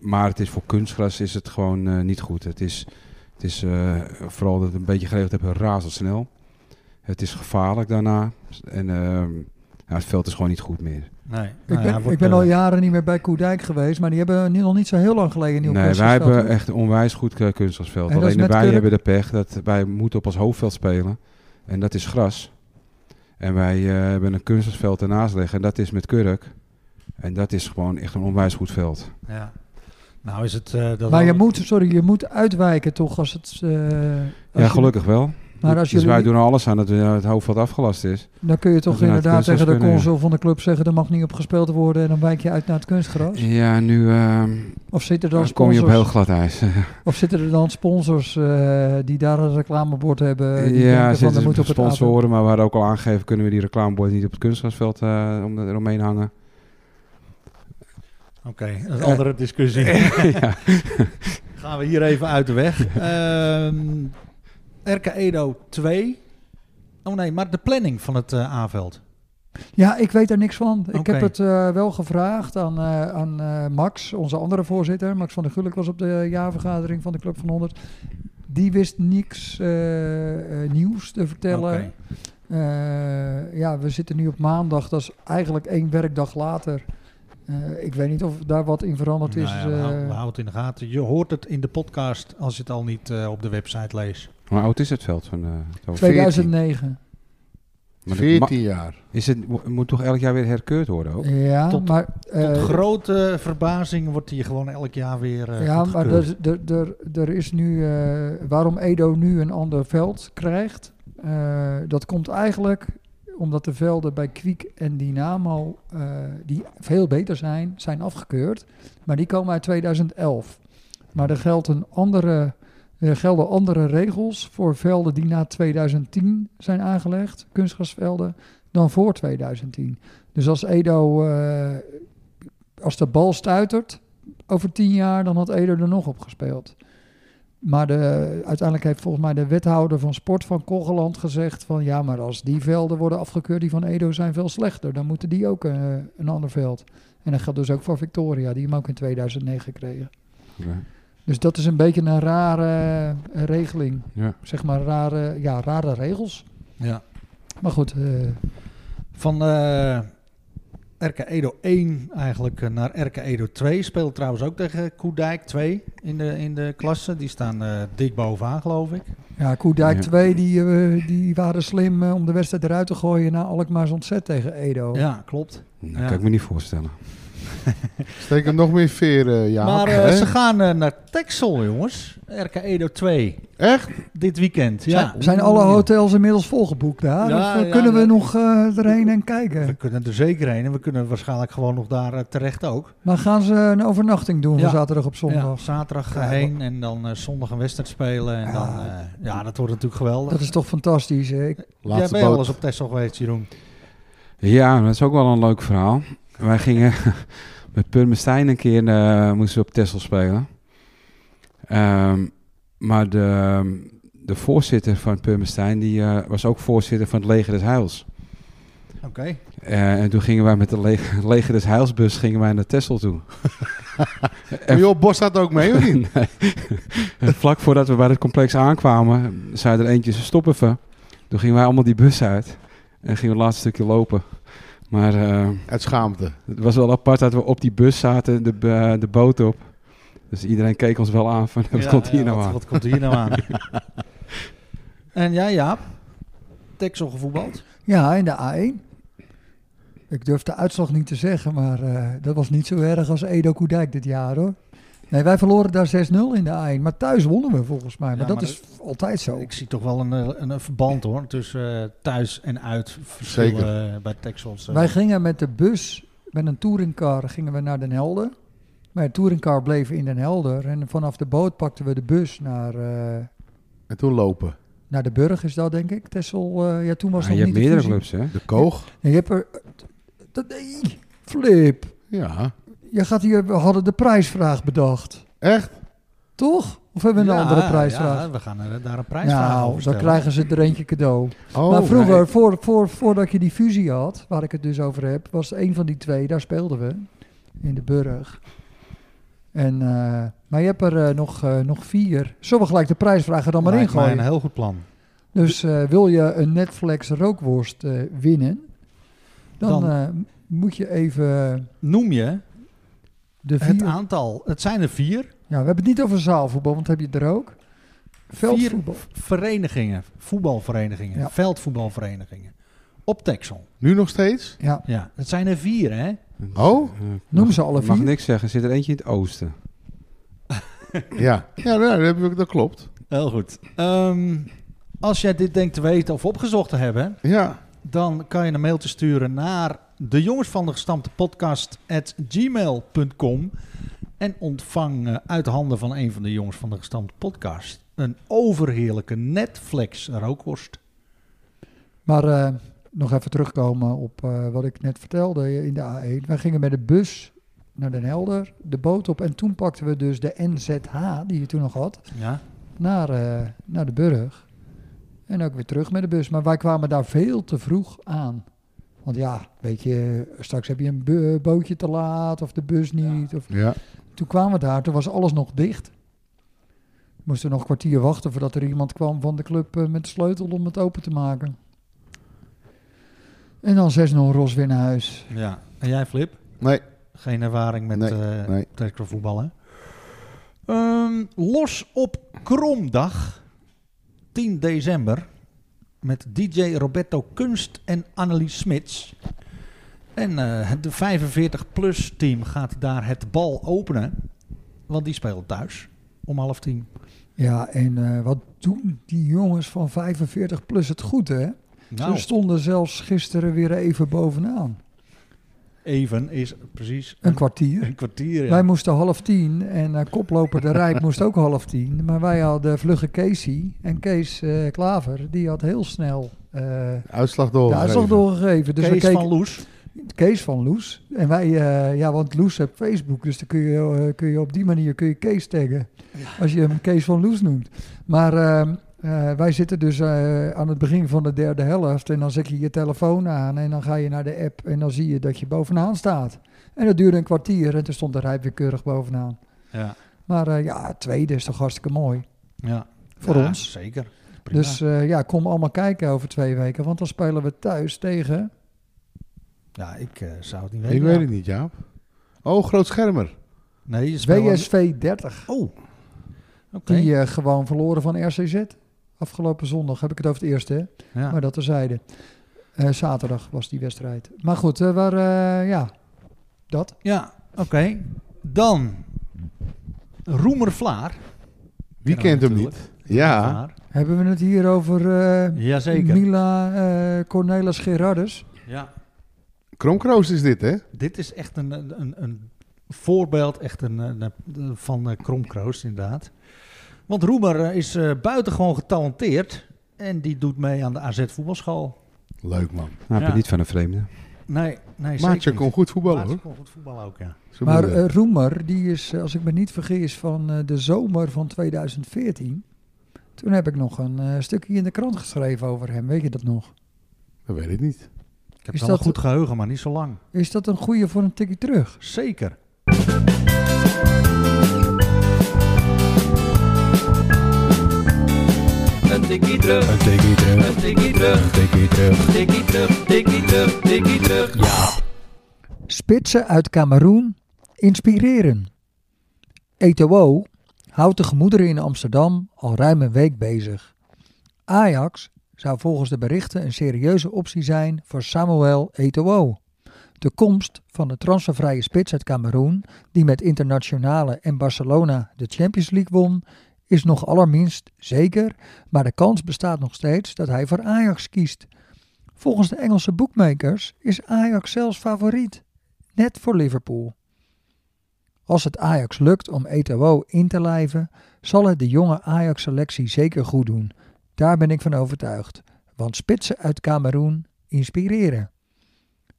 maar het is voor kunstgras is het gewoon eh, niet goed. Het is, het is eh, vooral dat het een beetje geregeld hebben razendsnel. Het is gevaarlijk daarna. En ehm, ja, het veld is gewoon niet goed meer. Nee. nou Nou Ik ben, ik ben al eh, eh, jaren niet meer bij Koedijk geweest, maar die hebben niet- nog niet zo heel lang geleden een nieuw Nee, wij kunstgrasveld, hebben hoor. echt een onwijs goed eh, kunstgrasveld. En dat is Alleen met wij kurk? hebben de pech dat wij moeten op ons hoofdveld spelen. En dat is gras. En wij eh, hebben een kunstgrasveld ernaast liggen. En dat is met kurk. En dat is gewoon echt een onwijs goed veld. Ja. Nou is het... eh, dat Maar je al- moet, sorry, je moet uitwijken toch als het... eh, als ja, je- gelukkig wel. Maar als dus jullie wij doen er alles aan dat eh, het hoofdveld afgelast is. Dan kun je Dat toch we naar het inderdaad tegen de kunstgras kunnen, console van de club zeggen... er mag niet op gespeeld worden en dan wijk je uit naar het kunstgras? Ja, nu eh, Of zitten er dan dan kom je op heel sponsors, Eh, glad ijs. of zitten er dan sponsors eh, die daar een reclamebord hebben? Die ja, denken van, er zitten moet ze op het avond- sponsoren. Maar we hadden ook al aangegeven, kunnen we die reclamebord niet op het kunstgrasveld eh, om eromheen hangen. Oké, dat is een andere discussie. ja. Gaan we hier even uit de weg. Ehm RK Edo 2. Oh nee, maar de planning van het eh Aveld. Ja, ik weet daar niks van. Ik Oké. heb het eh, wel gevraagd aan, eh, aan eh, Max, onze andere voorzitter. Max van der Gulik was op de jaarvergadering van de Club van 100. Die wist niks eh, eh, nieuws te vertellen. Oké. Eh, ja, we zitten nu op maandag. Dat is eigenlijk één werkdag later. Eh, ik weet niet of daar wat in veranderd is. Nou ja, we, eh, houden, we houden het in de gaten. Je hoort het in de podcast als je het al niet eh, op de website leest. Hoe oud is het veld van eh het hoofd? 2009. Maar dat ma- 14 jaar. Is het mo- moet toch elk jaar weer herkeurd worden Oh. ook? Ja, Tot- maar, eh, Tot grote verbazing wordt hier gewoon elk jaar weer eh ja, maar goedgekeurd. er, er, er, er is nu. eh, waarom Edo nu een ander veld krijgt, eh, dat komt eigenlijk omdat de velden bij Kwiek en Dynamo, eh, die veel beter zijn, zijn afgekeurd. Maar die komen uit 2011. Maar er, geldt een andere, er gelden andere regels voor velden die na 2010 zijn aangelegd, kunstgrasvelden, dan voor 2010. Dus als Edo, eh, als de bal stuitert over 10 jaar, dan had Edo er nog op gespeeld. Maar de, uiteindelijk heeft volgens mij de wethouder van sport van Kogeland gezegd van ja, maar als die velden worden afgekeurd, die van Edo zijn veel slechter, dan moeten die ook eh, een ander veld. En dat geldt dus ook voor Victoria, die hem ook in 2009 kregen. Ja. Dus dat is een beetje een rare eh, regeling. Ja. Zeg maar rare, ja, rare regels. Ja. Maar goed, eh, Van eh RK Edo 1 eigenlijk eh, naar RK Edo 2. Speelt trouwens ook tegen Koedijk 2 in de, in de klasse. Die staan eh, dik bovenaan, geloof ik. ja, Koedijk Ja. 2, die, eh, die waren slim eh, om de wedstrijd eruit te gooien na Alkmaars ontzet tegen Edo. Ja, klopt. Dat Ja. kan ik me niet voorstellen. Steek hem nog meer veren, ja. maar eh, Hè? ze gaan eh, naar Texel, jongens. RK Edo 2. Echt? Dit weekend, ja. Zijn alle hotels inmiddels volgeboekt daar? Ja, of eh, ja, kunnen we ja. nog eh, erheen en We kijken? kunnen er zeker heen en we kunnen waarschijnlijk gewoon nog daar eh, terecht ook. Maar gaan ze een overnachting doen Ja. van zaterdag op Ja, zondag? zaterdag Ja, heen en dan eh, zondag een wedstrijd spelen. En Ja. Dan, eh, ja, dat wordt natuurlijk geweldig. Dat is toch fantastisch. hè? Ik- Jij Laatste bent wel boot. eens op Texel geweest, Jeroen. Ja, dat is ook wel een leuk verhaal. Wij gingen met Purmerstein een keer, eh, moesten we op Tessel spelen. Ehm, maar de, de voorzitter van Purmerstein, die eh, was ook voorzitter van het Leger des Heils. Oké. Eh, en toen gingen wij met de le- Leger des Heilsbus gingen wij naar Tessel toe. Maar joh, Bos staat ook mee, of niet? Nee. En vlak voordat we bij het complex aankwamen, zei er eentje, ze stoppen even. Toen gingen wij allemaal die bus uit en gingen we het laatste stukje lopen. Maar eh, Uit schaamte. het was wel apart dat we op die bus zaten, de, eh, de boot op. Dus iedereen keek ons wel aan van, wat Ja, komt hier ja, nou wat, aan? Wat komt hier nou aan? en jij, Jaap? Texel gevoetbald? Ja, in de A1. Ik durf de uitslag niet te zeggen, maar eh, dat was niet zo erg als Edo Koedijk dit jaar hoor. Nee, wij verloren daar 6-0 in de A1, maar thuis wonnen we volgens mij. Maar Ja, dat maar is altijd zo. Ik zie toch wel een, eh, een, een verband hoor, tussen eh, thuis en uit verschillen eh, bij Texels. eh. Wij gingen met de bus, met een touringcar, gingen we naar Den Helder. Maar de touringcar bleef in Den Helder en vanaf de boot pakten we de bus naar, eh, En toen lopen. naar de Burg is dat denk ik. Tessel, eh, ja toen was Ah, Ja, nog je hebt niet de meerdere fusie. clubs, hè? De koog. En je hebt er... dat- nee, Flip, Ja. je gaat hier, we hadden de prijsvraag bedacht. Echt? Toch? Of hebben we een Ja, andere prijsvraag? Ja, we gaan er, daar een prijsvraag nou, over dan stellen. krijgen ze er eentje cadeau. Oh, maar vroeger, nee. voor, voor, voordat je die fusie had, waar ik het dus over heb, was een van die twee, daar speelden we. In de Burg. En, eh, maar je hebt er eh, nog, eh, nog vier. Zullen we gelijk de prijsvragen dan maar Lijkt mij ingooien? een heel goed plan. Dus eh, wil je een Netflix rookworst eh, winnen, dan, Dan- eh, moet je even Noem je de het vier... aantal, het zijn er vier, Ja, we hebben het niet over zaalvoetbal, want heb je het er ook. Veldvoetbal. vier verenigingen, voetbalverenigingen, Ja. veldvoetbalverenigingen op Texel. Nu nog steeds? Ja, Ja, het zijn er vier hè. Oh? Eh, noem mag- ze alle Mag vier. niks zeggen, zit er eentje in het oosten. Nou, Ja. Ja, nou, dat, heb ik, dat klopt. Heel goed. Ehm, als jij dit denkt te weten of opgezocht te hebben, Ja. dan kan je een mailtje sturen naar de jongens van de gestampte podcast gmail.com en ontvang eh, uit handen van een van de jongens van de gestampte podcast een overheerlijke Netflix rookworst. Maar eh, nog even terugkomen op eh, wat ik net vertelde in de A1. Wij gingen met de bus naar Den Helder, de boot op. En toen pakten we dus de NZH, die je toen nog had, Ja. naar, eh, naar de Burg. En ook weer terug met de bus. Maar wij kwamen daar veel te vroeg aan. Want ja, weet je, straks heb je een bu- bootje te laat of de bus niet. Of Ja. Toen kwamen we daar, toen was alles nog dicht. Moesten we nog een kwartier wachten voordat er iemand kwam van de club eh, met de sleutel om het open te maken. En dan 6-0 Ros weer naar huis. ja. En jij Flip? Nee. Geen ervaring met Nee, eh nee. voetballen. Ehm, los op Kromdag, 10 december, met DJ Roberto Kunst en Annelies Smits. En eh, het de 45-plus team gaat daar het bal openen, want die spelen thuis om half tien. Ja, en eh, wat doen die jongens van 45 plus het goed, hè? Nou. Ze Dus stonden zelfs gisteren weer even bovenaan. even is precies Een kwartier. een kwartier. ja. Wij moesten half tien en eh, koploper De Rijp moest ook half tien. Maar wij hadden vlugge Casey en Kees eh, Klaver. Die had heel snel eh, Uitslag de door. uitslag doorgegeven. Dus we Kees keken, van Loes. Kees van Loes. En wij, eh, ja, want Loes heeft Facebook, dus dan kun je, eh, kun je op die manier kun je Kees taggen. Als je hem Kees van Loes noemt. Maar ehm, eh, wij zitten dus eh, aan het begin van de derde helft. En dan zet je je telefoon aan en dan ga je naar de app en dan zie je dat je bovenaan staat. En dat duurde een kwartier en toen stond de rij weer keurig bovenaan. Ja, Maar eh, ja, tweede is toch hartstikke mooi. ja. Voor Ja, ons. Zeker. Prima. Dus eh, ja, kom allemaal kijken over twee weken. Want dan spelen we thuis tegen. ja, ik eh, zou het niet weten. Ik weet het niet, Jaap. Oh, groot schermer. Nee, je speelt- WSV 30. Oh. Oké. Die eh, gewoon verloren van RCZ. Afgelopen zondag heb ik het over het eerste. Hè? ja. Maar dat terzijde. Eh zaterdag was die wedstrijd. Maar goed, eh, waar, eh, ja, dat. Ja, oké. Dan Roemer Vlaar. Wie kent hem niet? Ja. Vlaar. Hebben we het hier over eh, Jazeker. Mila eh, Cornelis Gerardus? Ja. Kromkroost is dit, hè? Dit is echt een, een, een- een voorbeeld echt een, een- een- van eh, Kromkroost, inderdaad. Want Roemer eh, is eh, buitengewoon getalenteerd. En die doet mee aan de AZ voetbalschool. Leuk, man. Nou, heb Ja. je niet van een vreemde. Nee, nee Maatje zeker kon niet. goed voetballen, Maatje hoor. kon goed voetballen ook, ja. Zijn Maar moeder. eh, Roemer, die is, eh, als ik me niet vergis, van eh, de zomer van 2014. Toen heb ik nog een eh, stukje in de krant geschreven over hem. Weet je dat nog? Dat weet ik niet. Ik heb Is wel een dat- goed geheugen, maar niet zo lang. Is dat een goede voor een tikje terug? Zeker. Een tikkie terug, Een tikkie terug, een tikkie terug, tikkie terug. tikkie terug, tikkie terug, tikkie terug. Spitsen uit Cameroen inspireren. E Eto'o houdt de gemoederen in Amsterdam al ruim een week bezig. Ajax zou volgens de berichten een serieuze optie zijn voor Samuel E Eto'o. De komst van de transfervrije spits uit Cameroen, die met internationale en Barcelona de Champions League won, is nog allerminst zeker, maar de kans bestaat nog steeds dat hij voor Ajax kiest. Volgens de Engelse boekmakers is Ajax zelfs favoriet, net voor Liverpool. Als het Ajax lukt om Eto'o in te lijven, zal het de jonge Ajax-selectie zeker goed doen. Daar ben ik van overtuigd, want spitsen uit Kameroen inspireren.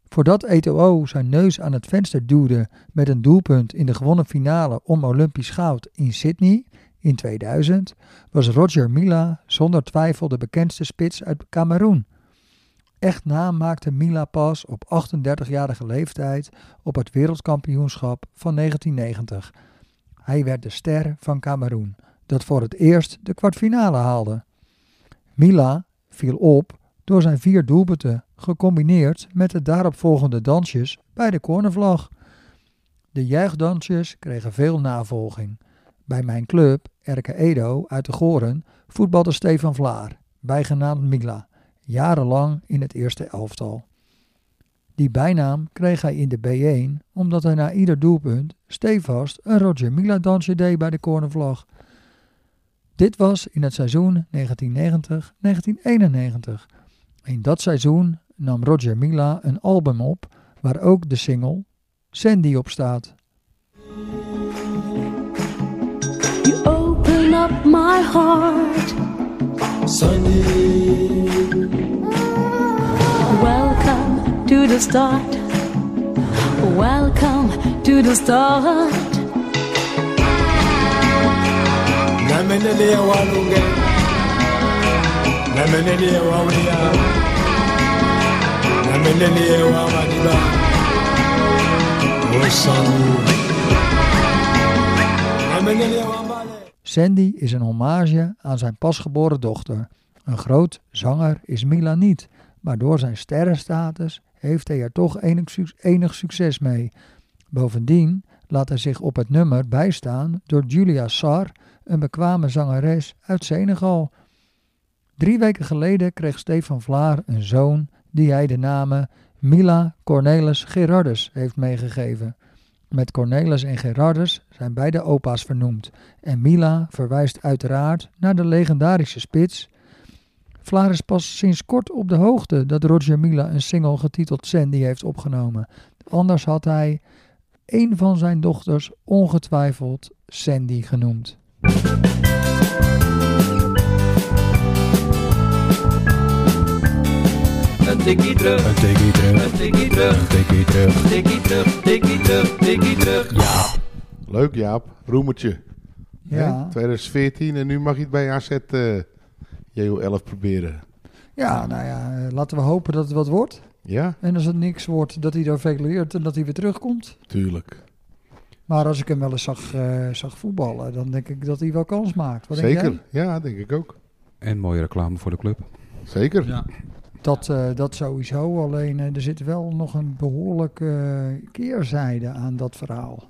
Voordat Eto'o zijn neus aan het venster duwde met een doelpunt in de gewonnen finale om Olympisch goud in Sydney in 2000, was Roger Mila zonder twijfel de bekendste spits uit Kameroen. Echt naam maakte Mila pas op 38-jarige leeftijd op het wereldkampioenschap van 1990. Hij werd de ster van Cameroen, dat voor het eerst de kwartfinale haalde. Mila viel op door zijn vier doelpunten, gecombineerd met de daaropvolgende dansjes bij de cornervlag. De juichdansjes kregen veel navolging. Bij mijn club, Erke Edo uit de Goren, voetbalde Stefan Vlaar, bijgenaamd Mila jarenlang in het eerste elftal. Die bijnaam kreeg hij in de B1 omdat hij na ieder doelpunt stevast een Roger Mila dansje deed bij de cornervlag. Dit was in het seizoen 1990-1991. In dat seizoen nam Roger Mila een album op waar ook de single Sandy op staat. You open up my heart. Sunday. Welcome to the start. Welcome to the start. Namenele wa lunge Namenele wa ulia Namenele wa madiba Osanu Namenele wa mbale Sandy is een hommage aan zijn pasgeboren dochter. Een groot zanger is Mila niet, maar door zijn sterrenstatus heeft hij er toch enig, suc- enig succes mee. Bovendien laat hij zich op het nummer bijstaan door Julia Sar, een bekwame zangeres uit Senegal. Drie weken geleden kreeg Stefan Vlaar een zoon die hij de namen Mila Cornelis Gerardus heeft meegegeven. Met Cornelis en Gerardus zijn beide opa's vernoemd. En Mila verwijst uiteraard naar de legendarische spits. Vlaar is pas sinds kort op de hoogte dat Roger Mila een single getiteld Sandy heeft opgenomen. Anders had hij een van zijn dochters ongetwijfeld Sandy genoemd. een tikkie terug. Een tikkie terug, Een tikkie terug. een tikkie terug. Tikkie terug, tikkie terug, tikkie terug. Leuk Jaap, roemertje. Ja, Hè? 2014 en nu mag je het bij AZ eh JO11 proberen. ja nou ja, eh, laten we hopen dat het wat wordt. Ja, En als het niks wordt, dat hij daar evalueert en dat hij weer terugkomt. tuurlijk. Maar als ik hem wel eens zag, eh, zag voetballen, dan denk ik dat hij wel kans maakt. Wat Denk jij? Zeker. Ja, denk ik ook. En mooie reclame voor de club. Zeker. Ja. Dat, eh, dat sowieso, alleen eh, er zit wel nog een behoorlijke eh, keerzijde aan dat verhaal.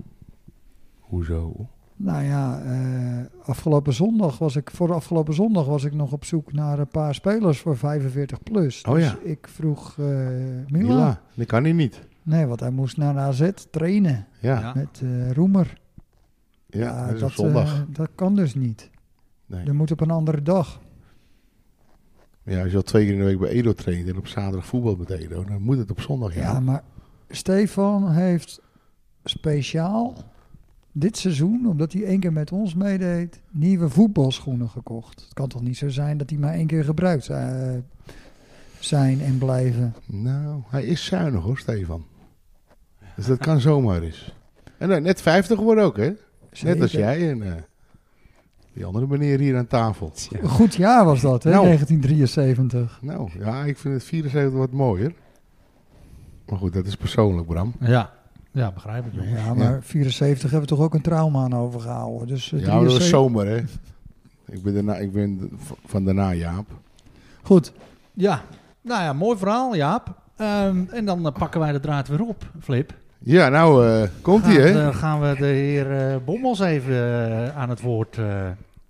Hoezo? Nou ja, eh, afgelopen zondag was ik, voor afgelopen zondag was ik nog op zoek naar een paar spelers voor 45 plus. Oh ja. Dus ik vroeg eh Mila. Ja, dat kan hij niet. Nee, want hij moest naar AZ trainen Ja, ja, Ja. met eh, Roemer. dat is op eh, zondag. dat kan dus niet. Nee. Dat moet op een andere dag. ja, als je al twee keer in de week bij Edo traint en op zaterdag voetbal met Edo, dan moet het op zondag. Ja, Ja, maar Stefan heeft speciaal dit seizoen, omdat hij één keer met ons meedeed, nieuwe voetbalschoenen gekocht. Het kan toch niet zo zijn dat die maar één keer gebruikt eh, zijn en blijven. Nou, hij is zuinig hoor, Stefan. Dus dat kan zomaar eens. En dan net 50 worden ook, hè? Net als Zeker. jij en eh, die andere meneer hier aan tafel. Een goed jaar was dat, hè? Nou. 1973. Nou, ja, ik vind het 74 wat mooier. Maar goed, dat is persoonlijk, Bram. Ja. ja, begrijp ik. jongen. Ja, maar 74 hebben we toch ook een trauma aan overgehouden. Dus eh, Ja, maar dat was 73 zomer, hè? Ik ben, daarna, ik ben d- v- van daarna, Jaap. Goed, Ja, nou ja, mooi verhaal, Jaap. Ehm, en dan eh, pakken wij de draad weer op, Flip. Ja, nou, eh, komt Gaan, ie, hè? eh, gaan we de heer eh, Bommels even eh, aan het woord eh,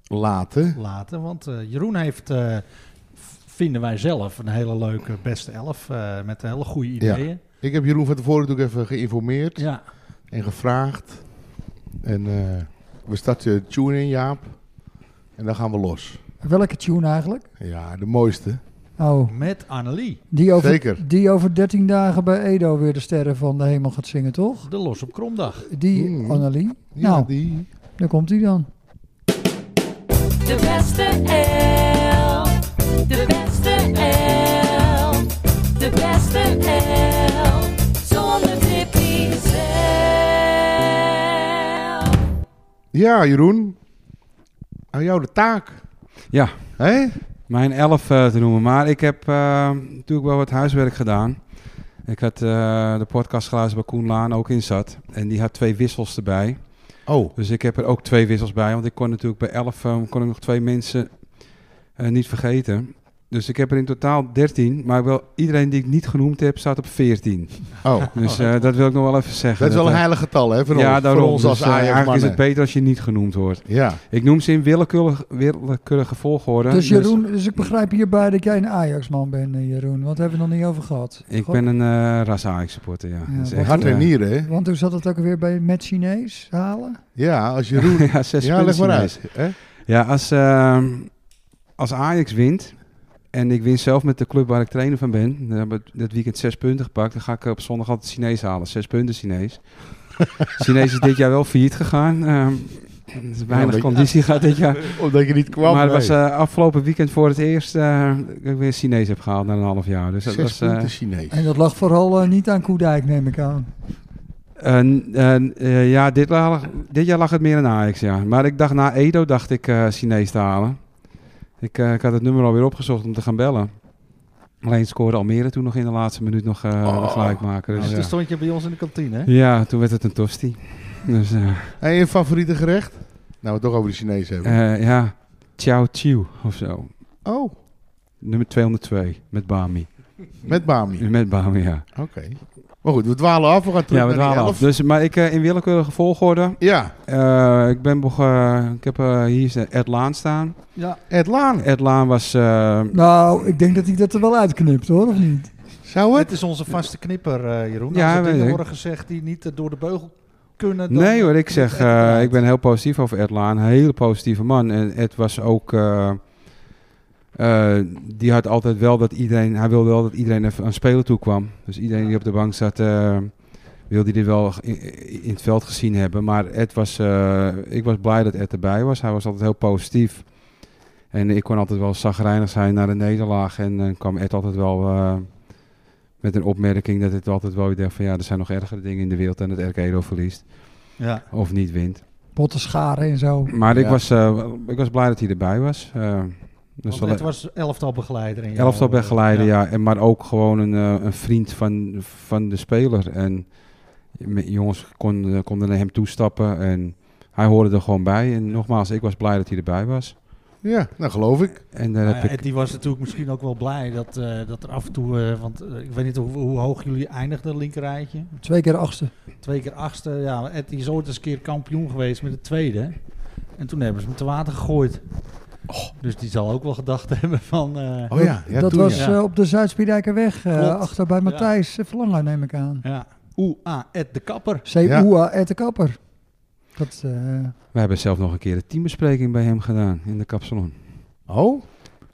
Later. laten. Want eh, Jeroen heeft, eh, v- vinden wij zelf, een hele leuke beste elf. eh, met hele goede ideeën. Ik heb Jeroen van tevoren natuurlijk even geïnformeerd Ja, en gevraagd. En eh, we starten de tune in, Jaap. En dan gaan we los. welke tune eigenlijk? Ja, de mooiste. Oh, met Annelie. die over, Zeker. die over 13 dagen bij Edo weer de sterren van de hemel gaat zingen, toch? De Los op Kromdag. Die Mm. Annelie. Ja, nou, die. daar komt hij dan. De beste elf. De beste elf. De beste elf. Zonder Tippy zelf. Ja, Jeroen. Aan jou de taak. Ja, Hé? mijn elf eh, te noemen. Maar ik heb eh, natuurlijk wel wat huiswerk gedaan. Ik had eh, de podcast geluisterd waar Koen Laan ook in zat. En die had twee wissels erbij. Oh, Dus ik heb er ook twee wissels bij. Want ik kon natuurlijk bij elf eh, kon ik nog twee mensen eh, niet vergeten. Dus ik heb er in totaal 13. Maar wel iedereen die ik niet genoemd heb, staat op 14. oh. Dus eh, dat wil ik nog wel even zeggen. Dat is wel een eh, heilig getal, hè? Voor, ja, ons, daarom. voor ons als Dus, eh, Eigenlijk is het Ajax-mannen. beter als je niet genoemd wordt. Ja, Ik noem ze in willekeurig, willekeurige volgorde. Dus Jeroen, dus ik begrijp hierbij dat jij een Ajax-man bent, eh, Jeroen. Want daar hebben we het nog niet over gehad. Ik Goh, ben een eh ras Ajax supporter, ja. Ja, Dat is wat- echt, hart en eh, nieren, hè? Want hoe zat het ook weer bij met Chinees halen? Ja, als Jeroen... ja, zes ja, punten leg maar ineens. uit. Hè? Ja, als, ehm, als Ajax wint en ik win zelf met de club waar ik trainer van ben, dan hebben we dit weekend zes punten gepakt, dan ga ik op zondag altijd Chinees halen. Zes punten Chinees. Chinees is dit jaar wel failliet gegaan. ehm, er is weinig beetje- conditie gaat dit jaar. Omdat Oh, je niet kwam, maar het nee. was eh, afgelopen weekend voor het eerst eh, dat ik weer Chinees heb gehaald na een half jaar. Dus dat Zes was, eh, punten Chinees. En dat lag vooral eh, niet aan Koedijk, neem ik aan. En, en, eh, ja, dit, la- dit jaar lag het meer aan Ajax, ja. Maar ik dacht na Edo dacht ik eh, Chinees te halen. Ik, eh, ik had het nummer alweer opgezocht om te gaan bellen. Alleen scoorde Almere toen nog in de laatste minuut nog eh Oh. gelijk maken. Dus Dus, toen eh, stond je bij ons in de kantine, hè? ja, toen werd het een tosti. Dus eh, En je favoriete gerecht? Nou, we het toch over de Chinezen hebben. eh, ja, Ciao Chiu of zo. oh, Nummer 202 met Bami. met Bami. Met Bami, ja. Oké. Maar goed, we dwalen af. We gaan terug Ja, we naar die dwalen af. elf. Dus, maar ik eh, in willekeurige volgorde. Ja, Eh, ik ben begonnen. ik heb eh, hier is eh, Ed Laan staan. Ja. Ed Laan. Ed Laan was eh, Nou, ik denk dat hij dat er wel uitknipt, hoor, of niet? Zou het? Het is onze vaste knipper, eh, Jeroen. Ja, Als er weet dingen ik. worden gezegd die niet eh, door de beugel kunnen... dan- Nee hoor, ik zeg, Echt eh, eruit. ik ben heel positief over Ed Laan. Een hele positieve man. En Ed was ook... eh, eh, die had altijd wel dat iedereen... Hij wilde wel dat iedereen even aan spelen toe kwam. Dus iedereen die op de bank zat... eh, wilde dit wel in, in het veld gezien hebben. Maar Ed was... eh, ik was blij dat Ed erbij was. Hij was altijd heel positief. En ik kon altijd wel zagrijnig zijn naar de nederlaag. En dan kwam Ed altijd wel... eh, Met een opmerking dat het altijd wel weer dacht van ja, er zijn nog ergere dingen in de wereld dan het RK Edo verliest. Ja. Of niet wint. Botten scharen en zo. Maar ik, Ja. was, eh, ik was blij dat hij erbij was. Eh Want dus wel- het Oh, was elftal begeleider. in jouw- eh, Elftal begeleiden, ja. En maar ook gewoon een, eh, een vriend van, van de speler. En me- jongens konden, konden naar hem toestappen. En hij hoorde er gewoon bij. En nogmaals, ik was blij dat hij erbij was. Ja, nou geloof ik. En daar Nou heb ja, ik... en die was natuurlijk misschien ook wel blij dat, eh, dat er af en toe... eh, want eh, ik weet niet hoe, hoe hoog jullie eindigden, dat linkerrijtje. Twee keer achtste. Twee keer achtste. Ja, Ed is ooit eens een keer kampioen geweest met de tweede. En toen hebben ze hem te water gegooid. Dus die zal ook wel gedacht hebben van... eh, Oh ja, ja dat toen was ja. eh, op de Zuidspiedijkerweg, eh, Klopt. achter bij Matthijs eh, Verlangen neem ik aan. ja, oeh, ah, Ed de kapper. Ja. Zeepoea et de kapper. Dat, eh, We hebben zelf nog een keer een teambespreking bij hem gedaan in de kapsalon. Oh,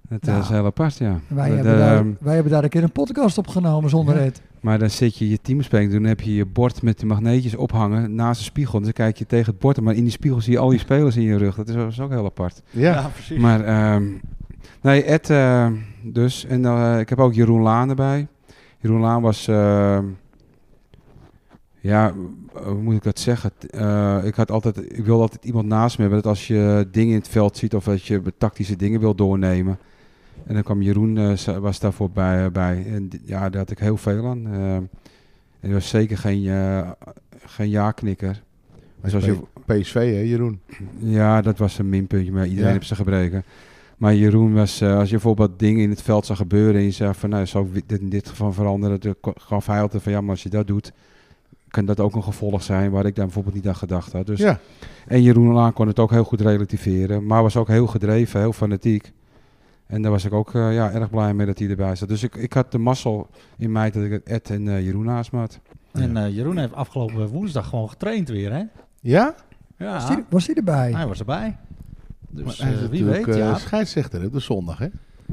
Dat eh, Nou. is heel apart, ja. wij, Dat, hebben ehm, daar, wij hebben daar een keer een podcast opgenomen zonder het. Maar dan zit je je teambespreking, te doen, dan heb je je bord met de magneetjes ophangen naast de spiegel. En dan kijk je tegen het bord, aan, maar in die spiegel zie je al die spelers in je rug. Dat is, dat is ook heel apart. ja. precies. Maar ehm, nee, Ed eh, dus. En eh, ik heb ook Jeroen Laan erbij. Jeroen Laan was, ehm, ja, hoe moet ik dat zeggen? T- eh, ik, had altijd, ik wilde altijd iemand naast me hebben. Dat als je dingen in het veld ziet of dat je tactische dingen wil doornemen. En dan kwam Jeroen, eh, za- was daarvoor bij. eh, bij. En d- ja, daar had ik heel veel aan. Ehm, en hij was zeker geen, eh geen ja-knikker. Maar Zoals je, PSV, hè, Jeroen? ja, dat was een minpuntje, maar iedereen Ja. heeft zijn gebreken. Maar Jeroen was, eh, als je bijvoorbeeld dingen in het veld zag gebeuren en je zei van, nou, zou ik dit in dit geval veranderen, dan ko- gaf hij altijd van, ja, maar als je dat doet, kan dat ook een gevolg zijn waar ik daar bijvoorbeeld niet aan gedacht had. Dus, ja. En Jeroen Laan kon het ook heel goed relativeren, maar was ook heel gedreven, heel fanatiek. En daar was ik ook eh, ja, erg blij mee dat hij erbij zat. Dus ik, ik had de mazzel in mij dat ik Ed en eh, Jeroen naast me had. En eh, Jeroen heeft afgelopen woensdag gewoon getraind weer, hè? Ja? Was, Ja, Ah. die, was die erbij? hij was erbij. Maar Dus hij is eh, wie natuurlijk, weet, eh, ja. Ah. scheidsrechter hè, op de zondag, hè?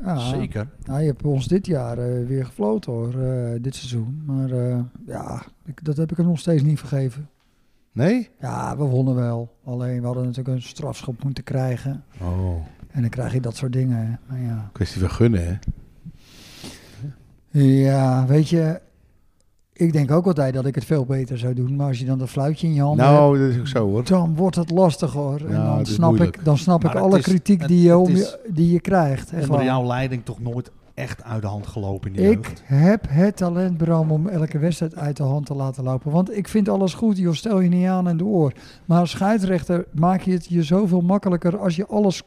Ja, Zeker. Hij heeft Nou, ons dit jaar eh, weer gefloten hoor, eh, dit seizoen. Maar eh, ja, ik- dat heb ik hem nog steeds niet vergeven. Nee? Ja, we wonnen wel. Alleen we hadden natuurlijk een strafschop moeten krijgen. Oh. En dan krijg je dat soort dingen. hè. Maar ja. Kwestie van gunnen, hè? ja, weet je, ik denk ook altijd dat ik het veel beter zou doen. Maar als je dan dat fluitje in je handen nou, dat is ook zo, hoor. hebt, dan wordt het lastig hoor. en Ja, dan het is snap ik, moeilijk. dan snap ik Maar het alle is- kritiek het- die, je het om je- is die je krijgt. Echt Onder waar. jouw leiding toch nooit echt uit de hand gelopen in die jeugd. Ik heb het talent, Bram, om elke wedstrijd uit de hand te laten lopen. Want ik vind alles goed, joh. Stel je niet aan en door. Maar als scheidsrechter maak je het je zoveel makkelijker als je alles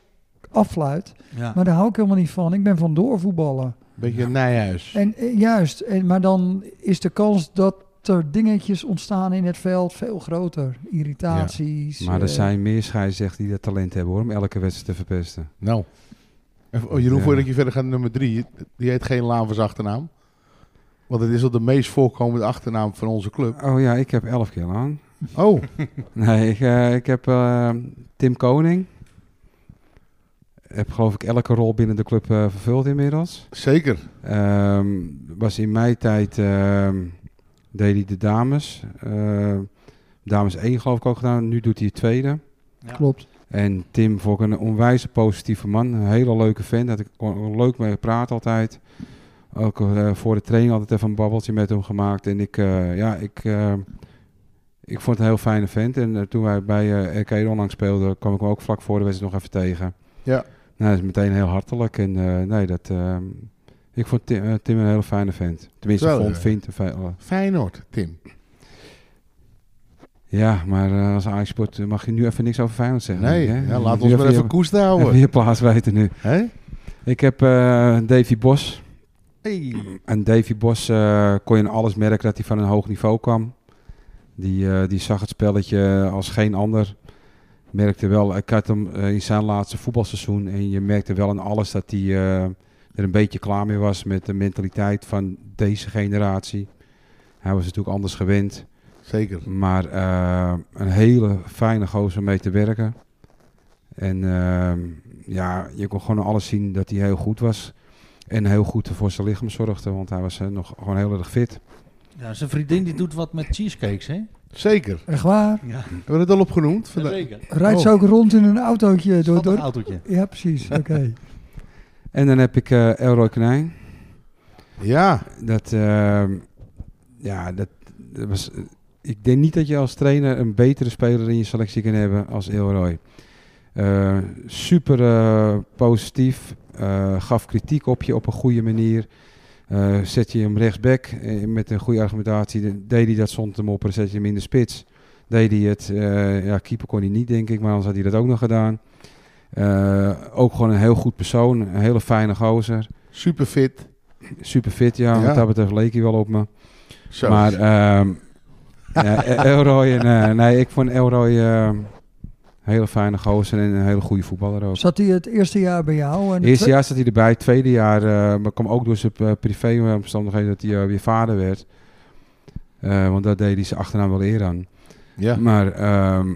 affluit. Ja. Maar daar hou ik helemaal niet van. Ik ben van doorvoetballen. Beetje een Nijhuis. En eh, juist, en, maar dan is de kans dat er dingetjes ontstaan in het veld veel groter. Irritaties. Maar er eh, zijn meer scheidsrechters die dat talent hebben hoor, om elke wedstrijd te verpesten. Nou. Even, oh, Jeroen, Ja. voordat je verder gaat naar nummer drie. Die heet geen Laan van zijn achternaam. Want het is al de meest voorkomende achternaam van onze club. Oh ja, ik heb elf keer aan. Oh, Nee, ik, eh, ik heb eh, Tim Koning. Heb geloof ik elke rol binnen de club eh, vervuld inmiddels. zeker. Ehm, was in mijn tijd ehm, deed hij de dames. Ehm, dames 1 geloof ik ook gedaan. Nu doet hij het tweede. Klopt. En Tim vond ik een onwijs positieve man. Een hele leuke vent. Had ik kon- leuk mee gepraat altijd. Ook eh, voor de training altijd even een babbeltje met hem gemaakt. En ik, eh, ja, ik, eh, ik vond het een heel fijne vent. En eh, toen wij bij eh, RK onlangs speelden, kwam ik hem ook vlak voor de wedstrijd nog even tegen. Ja. Nou, dat is meteen heel hartelijk. En eh, nee, dat, eh, ik vond Tim, eh, Tim een hele fijne vent. Tenminste, Wel, vond, eh. vindt. een fijn- Feyenoord, Tim. ja, maar eh, als Ajax-sport mag je nu even niks over Feyenoord zeggen. Nee, denk ik, hè? ja, Je laat moet ons nu maar even koest houden. even je plaats weten nu. Hè? Ik heb eh, Davy Bos. Hey. En Davy Bos eh, kon je in alles merken dat hij van een hoog niveau kwam. Die, eh, die zag het spelletje als geen ander. Merkte wel, ik had hem eh, in zijn laatste voetbalseizoen. En je merkte wel in alles dat hij eh, er een beetje klaar mee was met de mentaliteit van deze generatie. Hij was natuurlijk anders gewend. Zeker. Maar eh, een hele fijne gozer om mee te werken. En eh, ja, je kon gewoon aan alles zien dat hij heel goed was. En heel goed voor zijn lichaam zorgde, want hij was eh, nog gewoon heel erg fit. Ja, zijn vriendin die doet wat met cheesecakes, hè? Zeker. Echt waar. Ja, Hebben we dat al opgenoemd? Vanda- zeker. Rijdt ze Oh. ook rond in een autootje door... Door door... een autootje. Ja, precies. Oké. En dan heb ik eh Elroy Knijn. Ja, Dat, ehm, ja, dat, dat was, eh, ik denk niet dat je als trainer een betere speler in je selectie kan hebben als Ilroy. Eh, super eh, positief, eh, gaf kritiek op je op een goede manier. Eh, zet je hem rechtsback eh, met een goede argumentatie, de- deed hij dat zonder te mopperen, zet je hem in de spits. Deed hij het, eh, ja, keeper kon hij niet denk ik, maar anders had hij dat ook nog gedaan. Eh, ook gewoon een heel goed persoon, een hele fijne gozer. super fit. Super fit, ja, Ja. wat dat betreft leek hij wel op me. Zo. Maar ehm ja, El- Elroy, en, eh, nee, ik vond Elroy eh, een hele fijne gozer en een hele goede voetballer ook. Zat hij het eerste jaar bij jou? En het Eerste twe- jaar zat hij erbij, tweede jaar, eh, maar kwam ook door zijn eh, privéomstandigheden dat hij eh, weer vader werd. Eh, want daar deed hij zijn achternaam wel eer aan. ja. Maar ehm,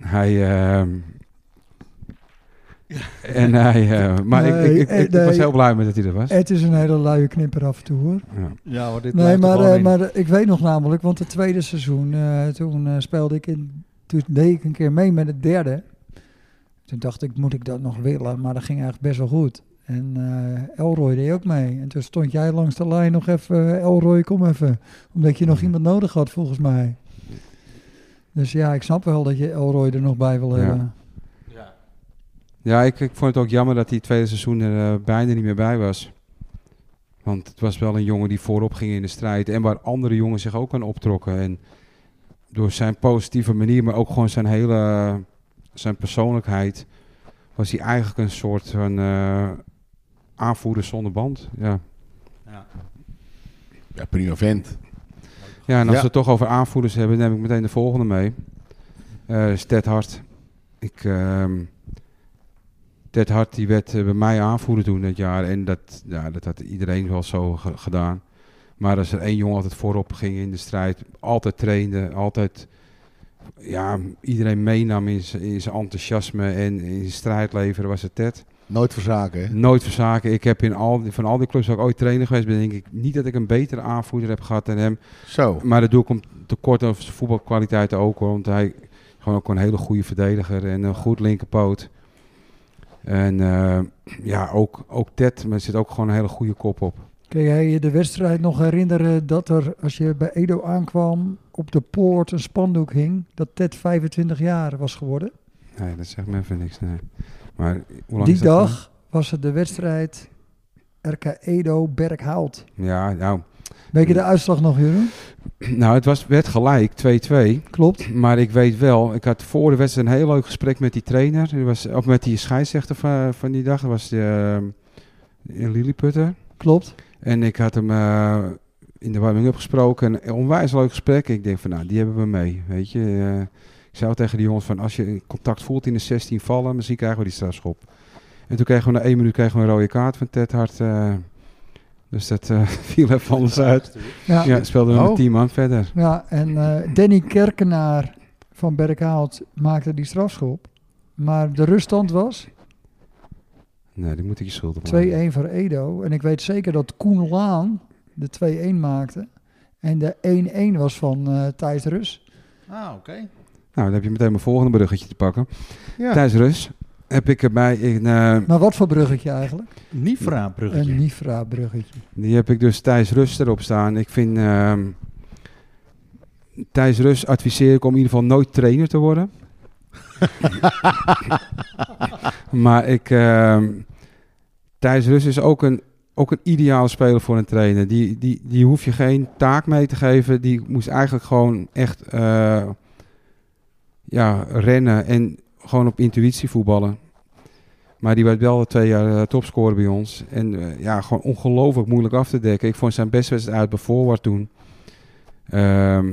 hij. ehm, en hij, eh, maar ik, ik, ik, Nee, ik was nee. heel blij met dat hij er was. Het is een hele luie knipper af en toe hoor. Ja. Ja, hoor, dit Nee, blijft er maar, gewoon eh, in. maar eh, ik weet nog namelijk, want het tweede seizoen, eh, toen eh, speelde ik in, toen deed ik een keer mee met het derde. Toen dacht ik, moet ik dat nog willen? Maar dat ging eigenlijk best wel goed. En eh, Elroy deed ook mee. En toen stond jij langs de lijn nog even, eh, Elroy, kom even. Omdat je nog iemand nodig had, volgens mij. Dus ja, ik snap wel dat je Elroy er nog bij wil Ja. hebben. Ja, ik, ik vond het ook jammer dat hij het tweede seizoen er eh, bijna niet meer bij was. Want het was wel een jongen die voorop ging in de strijd. En waar andere jongens zich ook aan optrokken. En door zijn positieve manier, maar ook gewoon zijn hele eh, zijn persoonlijkheid. Was hij eigenlijk een soort van eh, aanvoerder zonder band. Ja, ja, prima vent. ja en als Ja. we het toch over aanvoerders hebben, neem ik meteen de volgende mee. Eh Ted Hart. Ik, ehm, Ted Hart die werd eh, bij mij aanvoerder toen dat jaar. En dat, ja, dat had iedereen wel zo ge- gedaan. Maar als er één jongen altijd voorop ging in de strijd, altijd trainde, altijd ja, iedereen meenam in zijn in zijn enthousiasme en in zijn strijd leveren, was het Ted. Nooit verzaken, hè? Nooit verzaken. Ik heb in al, die- van al die clubs waar ik ooit trainer geweest ben, denk ik niet dat ik een betere aanvoerder heb gehad dan hem. Zo. Maar dat doe ik om tekort over zijn voetbalkwaliteiten ook. Hoor, want hij is gewoon ook een hele goede verdediger en een goed linkerpoot. En eh, ja, ook, ook Ted, maar er zit ook gewoon een hele goede kop op. Kun jij je de wedstrijd nog herinneren dat er, als je bij Edo aankwam, op de poort een spandoek hing dat Ted 25 jaar was geworden? Nee, dat zegt me even niks. Nee. Maar hoe lang Die is dat dag was het de wedstrijd RK Edo Berkhout. dan? Ja, nou, Weet je de uitslag nog, Jeroen? nou het was, werd gelijk, 2-2. Klopt. Maar ik weet wel, ik had voor de wedstrijd een heel leuk gesprek met die trainer. Die was, of met die scheidsrechter van, van die dag. Dat was de, eh, in Lilliputter. Klopt. En ik had hem eh, in de warming-up gesproken. Een onwijs leuk gesprek. Ik denk van, nou, die hebben we mee. Weet je, Eh, ik zei al tegen die jongens van, als je contact voelt in de 16 vallen, misschien krijgen we die strafschop. En toen kregen we na één minuut kregen we een rode kaart van Ted Hart. eh. dus dat eh, viel even anders uit. Ja, ja. Ja, speelden we met Oh. 10 man verder. en eh, Danny Kerkenaar van Berkhout maakte die strafschop. Maar de ruststand was 2-1 Nee, die moet ik je schuld op. voor Edo. En ik weet zeker dat Koen Laan de 2-1 maakte. En de 1-1 was van eh Thijs Rus. Ah, oké. Nou, dan heb je meteen mijn volgende bruggetje te pakken. Ja. Tijdens rust heb ik erbij... In, eh, Maar wat voor bruggetje eigenlijk? Nifra bruggetje. Een Nifra-bruggetje. Die heb ik dus Thijs Rust erop staan. Ik vind ehm, Thijs Rust adviseer ik om in ieder geval nooit trainer te worden. maar ik, ehm, Thijs Rust is ook een, ook een ideale speler voor een trainer. Die, die, die hoef je geen taak mee te geven. Die moest eigenlijk gewoon echt eh, ja, rennen en gewoon op intuïtie voetballen. Maar die werd wel de twee jaar eh, topscorer bij ons. En eh, ja, gewoon ongelooflijk moeilijk af te dekken. Ik vond zijn beste wedstrijd uit bij Forward toen. Ehm,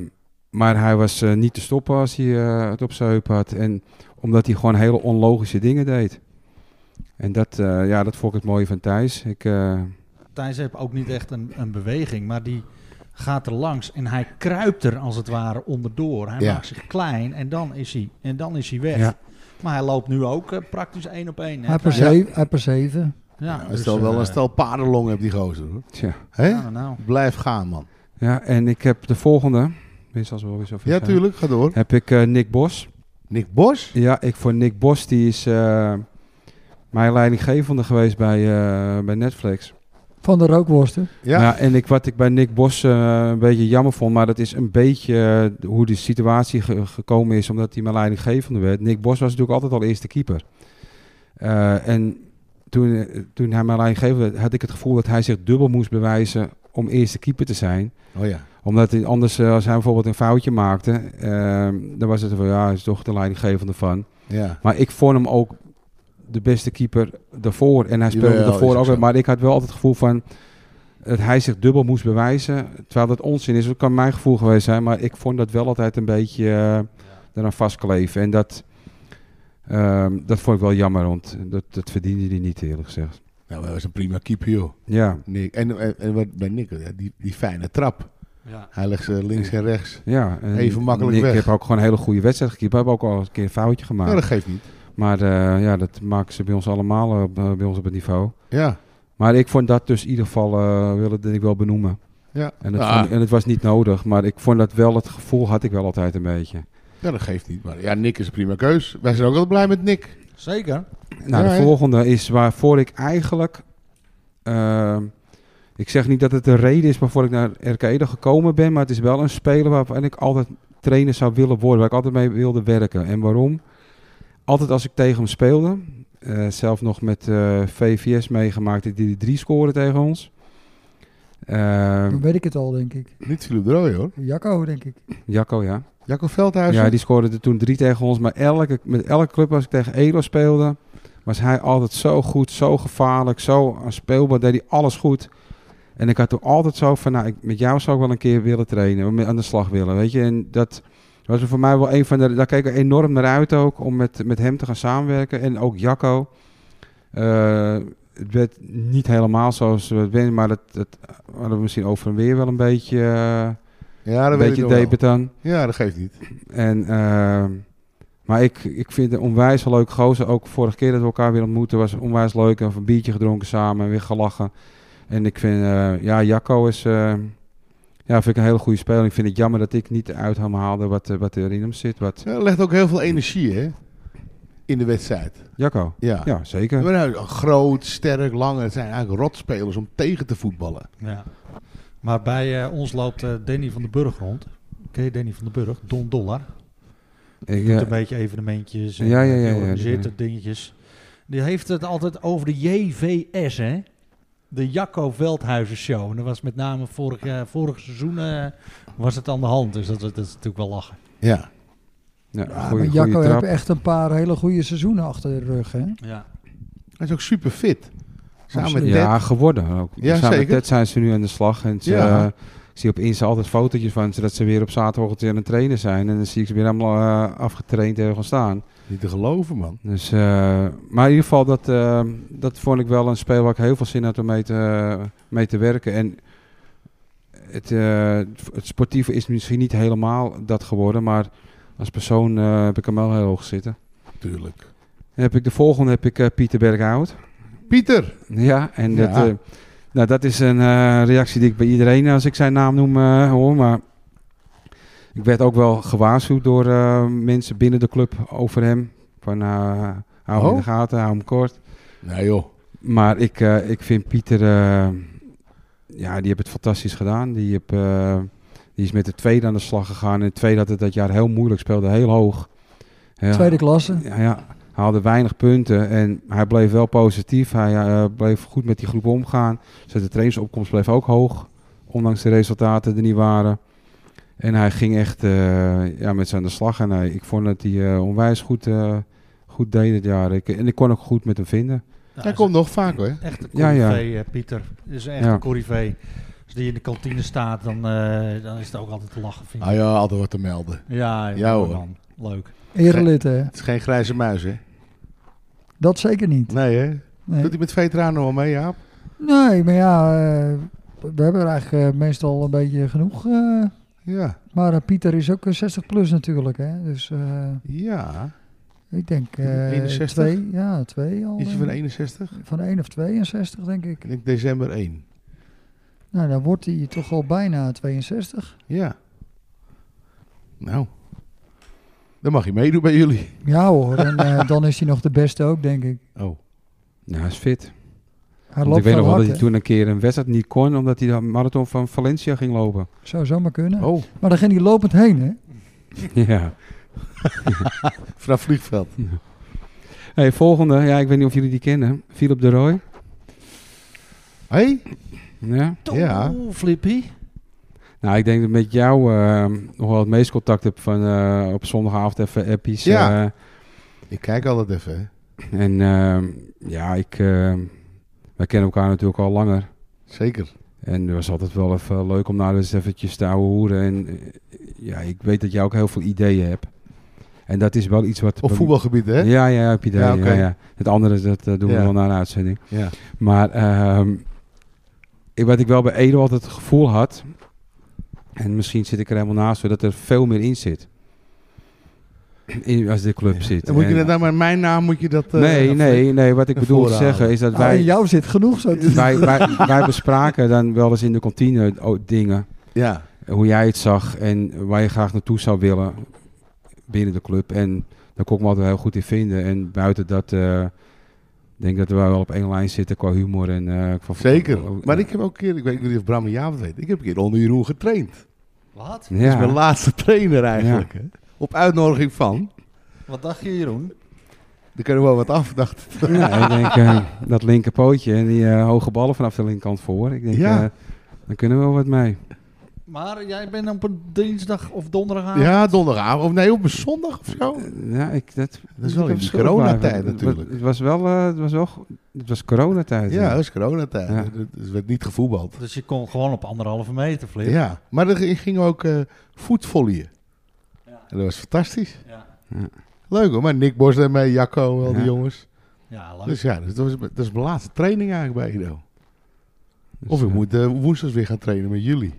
maar hij was eh, niet te stoppen als hij eh, het op zijn heup had. En omdat hij gewoon hele onlogische dingen deed. En dat, eh, ja, dat vond ik het mooie van Thijs. Ik, eh, Thijs heeft ook niet echt een, een beweging, maar die gaat er langs en hij kruipt er als het ware onderdoor. Hij Ja. maakt zich klein en dan is hij, en dan is hij weg. Ja. Maar hij loopt nu ook eh, praktisch één op één. hè, Hij per Thijs? zeven- hij per zeven. Ja, Hij dus, stel wel eh, een stel paardenlong hebt die gozer, hoor. tja. Hé? ja, nou. Blijf gaan, man. Ja, en ik heb de volgende. Minstens als we wel weer zover Ja, zijn. tuurlijk. Ga door. Heb ik eh, Nick Bos. Nick Bos? Ja, ik voor Nick Bos, die is eh, mijn leidinggevende geweest bij, eh, bij Netflix. Van de rookworsten. Ja, Nou, en ik, wat ik bij Nick Bos eh, een beetje jammer vond, maar dat is een beetje eh, hoe de situatie ge- gekomen is, omdat hij mijn leidinggevende werd. Nick Bos was natuurlijk altijd al eerste keeper. Eh, en toen, eh, toen hij mijn leidinggevende werd, had ik het gevoel dat hij zich dubbel moest bewijzen om eerste keeper te zijn. oh ja. Omdat hij anders, eh, als hij bijvoorbeeld een foutje maakte, eh, dan was het van ja, hij is toch de leidinggevende van. ja. Maar ik vond hem ook de beste keeper daarvoor. En hij speelde Jawel, is daarvoor ook ook. wel. zo. Maar ik had wel altijd het gevoel van dat hij zich dubbel moest bewijzen. Terwijl dat onzin is. Dat kan mijn gevoel geweest zijn. Maar ik vond dat wel altijd een beetje eh eraan vastkleven. En dat, ehm, dat vond ik wel jammer. Want dat, dat verdiende hij niet eerlijk gezegd. Nou, hij was een prima keeper, joh. Ja, Nick. En, en, en wat bij Nick, ja, die, die fijne trap. Ja. Hij legt ze links en rechts. ja. En Even makkelijk Ik weg. heb ook gewoon een hele goede wedstrijd gekiept. We hebben ook al eens een keer een foutje Maar, gemaakt. dat geeft niet. Maar eh, ja, dat maken ze bij ons allemaal eh, op- bij ons op het niveau. Ja, Maar ik vond dat dus in ieder geval, eh wilde dat ik wel benoemen. ja. En het, Ah, vond- en het was niet nodig, maar ik vond dat wel, het gevoel had ik wel altijd een beetje. ja, dat geeft niet. Maar ja, Nick is een prima keus. Wij zijn ook altijd blij met Nick. Zeker. Nou, Ja, de hè? volgende is waarvoor ik eigenlijk, ehm, ik zeg niet dat het de reden is waarvoor ik naar Arcade gekomen ben, maar het is wel een speler waarvan ik altijd trainer zou willen worden, waar ik altijd mee wilde werken. En waarom? Altijd als ik tegen hem speelde, eh, zelf nog met eh, VVS meegemaakt, die- die drie scoren tegen ons. Ehm, Dan weet ik het al, denk ik. Niet Philip de Rooij, hoor. Jacco, denk ik. Jacco, ja. Jacco Veldhuizen. Ja, die scoorde er toen drie tegen ons. Maar elke, met elke club als ik tegen Edo speelde, was hij altijd zo goed, zo gevaarlijk, zo speelbaar, deed hij alles goed. En ik had toen altijd zo van, nou, ik, met jou zou ik wel een keer willen trainen, met- aan de slag willen, weet je. En dat was voor mij wel een van de, daar keek ik enorm naar uit ook, om met, met hem te gaan samenwerken. En ook Jacco. Eh, het werd niet helemaal zoals we het werden, maar dat, dat hadden we misschien over en weer wel een beetje, eh, Ja, dat een weet beetje ik nog wel. debet aan. Ja, dat geeft niet. En, ehm, maar ik, ik vind het onwijs een leuk gozer. Ook vorige keer dat we elkaar weer ontmoeten was onwijs leuk. En een biertje gedronken samen en weer gelachen. En ik vind, eh, ja, Jacco is, eh, ja, vind ik een hele goede speler. Ik vind het jammer dat ik niet uit hem haalde wat, eh, wat er in hem zit. Wat, Ja, dat legt ook heel veel energie, hè. In de wedstrijd. Jacco? Ja. Ja, zeker. Maar nou, groot, sterk, lang. Het zijn eigenlijk rotspelers om tegen te voetballen. Ja. Maar bij eh, ons loopt eh, Danny van den Burg rond. Oké, Danny van den Burg, Don Dollar. Ik, Doet eh, een beetje evenementjes en Ja, ja, ja, eh, ja, die ja, organiseert ja. de dingetjes. Die heeft het altijd over de JVS, hè? De Jacco Veldhuizen Show. En dat was met name vorig, jaar- vorig seizoen eh, was het aan de hand. Dus dat, dat is natuurlijk wel lachen. Ja. ja, Ja, goeie- maar goeie Jacco trap. heeft echt een paar hele goede seizoenen achter de rug, hè? Ja. Hij is ook super fit. Samen met ja, Ted. geworden ook. Ja, Samen met zeker. Ted zijn ze nu aan de slag. En ze, Ja. eh, ik zie op Insta altijd fotootjes van ze dat ze weer op zaterdagochtend aan het trainen zijn. En dan zie ik ze weer helemaal eh, afgetraind ergens staan. Niet te geloven, man. Dus, eh, maar in ieder geval, dat, eh, dat vond ik wel een speel waar ik heel veel zin had om mee te, mee te werken. En het, eh, het sportieve is misschien niet helemaal dat geworden, maar als persoon eh, heb ik hem wel heel hoog zitten. Tuurlijk. En heb ik de volgende heb ik eh, Pieter Berghout. Pieter. Ja, en dat, Ja. eh, nou, dat is een eh, reactie die ik bij iedereen als ik zijn naam noem eh, hoor. Maar ik werd ook wel gewaarschuwd door eh, mensen binnen de club over hem. Van eh, hou hem in de Oh. gaten, hou hem kort. Nou joh. Maar ik, eh, ik vind Pieter, eh, ja, die heeft het fantastisch gedaan. Die, heb, eh, die is met de tweede aan de slag gegaan. En de tweede had het dat jaar heel moeilijk, speelde heel hoog. Ja. Tweede klasse. Ja, ja, hij haalde weinig punten en hij bleef wel positief. Hij eh, bleef goed met die groep omgaan. Dus de trainingsopkomst bleef ook hoog, ondanks de resultaten er niet waren. En hij ging echt eh, ja, met ze aan de slag. En hij, ik vond dat hij eh, onwijs goed, eh, goed deed dit jaar. Ik, en ik kon ook goed met hem vinden. Hij komt nog vaak, hoor. Echt een Ja, ja. corrivee, eh, Pieter. Dat is echt Ja. een corrivee. Als die in de kantine staat, dan, eh, dan is het ook altijd te lachen, vind ik. Ah ja, altijd wat te melden. Ja, Ja, mooi hoor. man. Leuk. Erelid, hè? Het is geen grijze muis, hè? Dat zeker niet. Nee, hè? Nee. Doet hij met veteranen wel mee, Jaap? Nee, maar ja, eh, we hebben er eigenlijk eh, meestal een beetje genoeg. eh, Ja. maar eh, Pieter is ook eh, 60 plus natuurlijk, hè? Dus eh, Ja. ik denk eh, 61? twee, ja, twee al. Is je eh, van 61? van 1 of 62 denk ik. Ik denk december 1. Nou, dan wordt hij toch al bijna 62. Ja. Nou. Dan mag je meedoen bij jullie. Ja hoor, en eh, dan is hij nog de beste ook, denk ik. Oh. Nou, hij is fit. Hij Want ik loopt weet veel nog wel dat hard, hij hè. toen een keer een wedstrijd niet kon, omdat hij de marathon van Valencia ging lopen. Zou zomaar kunnen. Oh, Maar dan ging hij lopend heen, hè? ja. vanaf vliegveld. Hey, volgende, ja, ik weet niet of jullie die kennen. Philip de Roy. Hé? Ja. Toe, Ja. Flippy. Nou, ik denk dat ik met jou ehm, nog wel het meest contact heb van eh, op zondagavond even appies. Ja. eh, Ik kijk altijd even, hè. en ehm, ja, ik, ehm, wij kennen elkaar natuurlijk al langer. Zeker. En het was altijd wel even leuk om daar eens eventjes te ouwe hoeren. En eh, ja, ik weet dat jij ook heel veel ideeën hebt. En dat is wel iets wat... Op voetbalgebied, hè? Ja, ja, heb je idee. Ja, Ja, oké. ja, Het andere, dat eh, doen we Ja. wel na de uitzending. Ja. Maar ehm, ik- wat ik wel bij Edo altijd het gevoel had... En misschien zit ik er helemaal naast, dat er veel meer in zit. In, als de club zit. Dan moet je En- dat nou maar mijn naam moet je dat... eh, nee, nee, nee. Wat ik en bedoel te voorhalen. zeggen is dat Ah, in wij... jou zit genoeg zo. te- Wij, wij, wij bespraken dan wel eens in de kantine oh, dingen Ja. hoe jij het zag en waar je graag naartoe zou willen binnen de club. En daar kon ik me altijd heel goed in vinden. En buiten dat eh, denk ik dat we wel op één lijn zitten qua humor. En, eh, qua- Zeker. Maar ik heb ook een keer, ik weet niet of Bram en Jaap het weet, ik heb een keer onder Jeroen getraind. Wat? Ja. Dat is mijn laatste trainer eigenlijk. Hè? Op uitnodiging van. Wat dacht je, Jeroen? Daar kunnen we wel wat af, dacht ik. Ja, ik denk eh, dat linkerpootje en die eh, hoge ballen vanaf de linkerkant voor. Ik denk, Ja. eh, daar kunnen we wel wat mee. Maar jij bent op een dinsdag of donderdag Ja, donderdagavond. Of nee, op een zondag of zo. Ja, ik, dat, Dat is ik wel heb in die schuldig coronatijd blijven. Het- natuurlijk. Het was wel, eh, het was wel, go- het was Dus, coronatijd. Ja, hè. dat is coronatijd. Ja. Het- Het werd niet gevoetbald. Dus je kon gewoon op anderhalve meter vliegen. Ja, maar er ging- ging ook eh voetvolleyen. En dat was fantastisch. Ja. Leuk hoor, maar Nick Bos en mij, Jacco, al die Ja. jongens. Ja, leuk. Dus ja, dat, was, dat is mijn laatste training eigenlijk bij Edo. Dus, Of ik eh, moet eh, woensdags weer gaan trainen met jullie.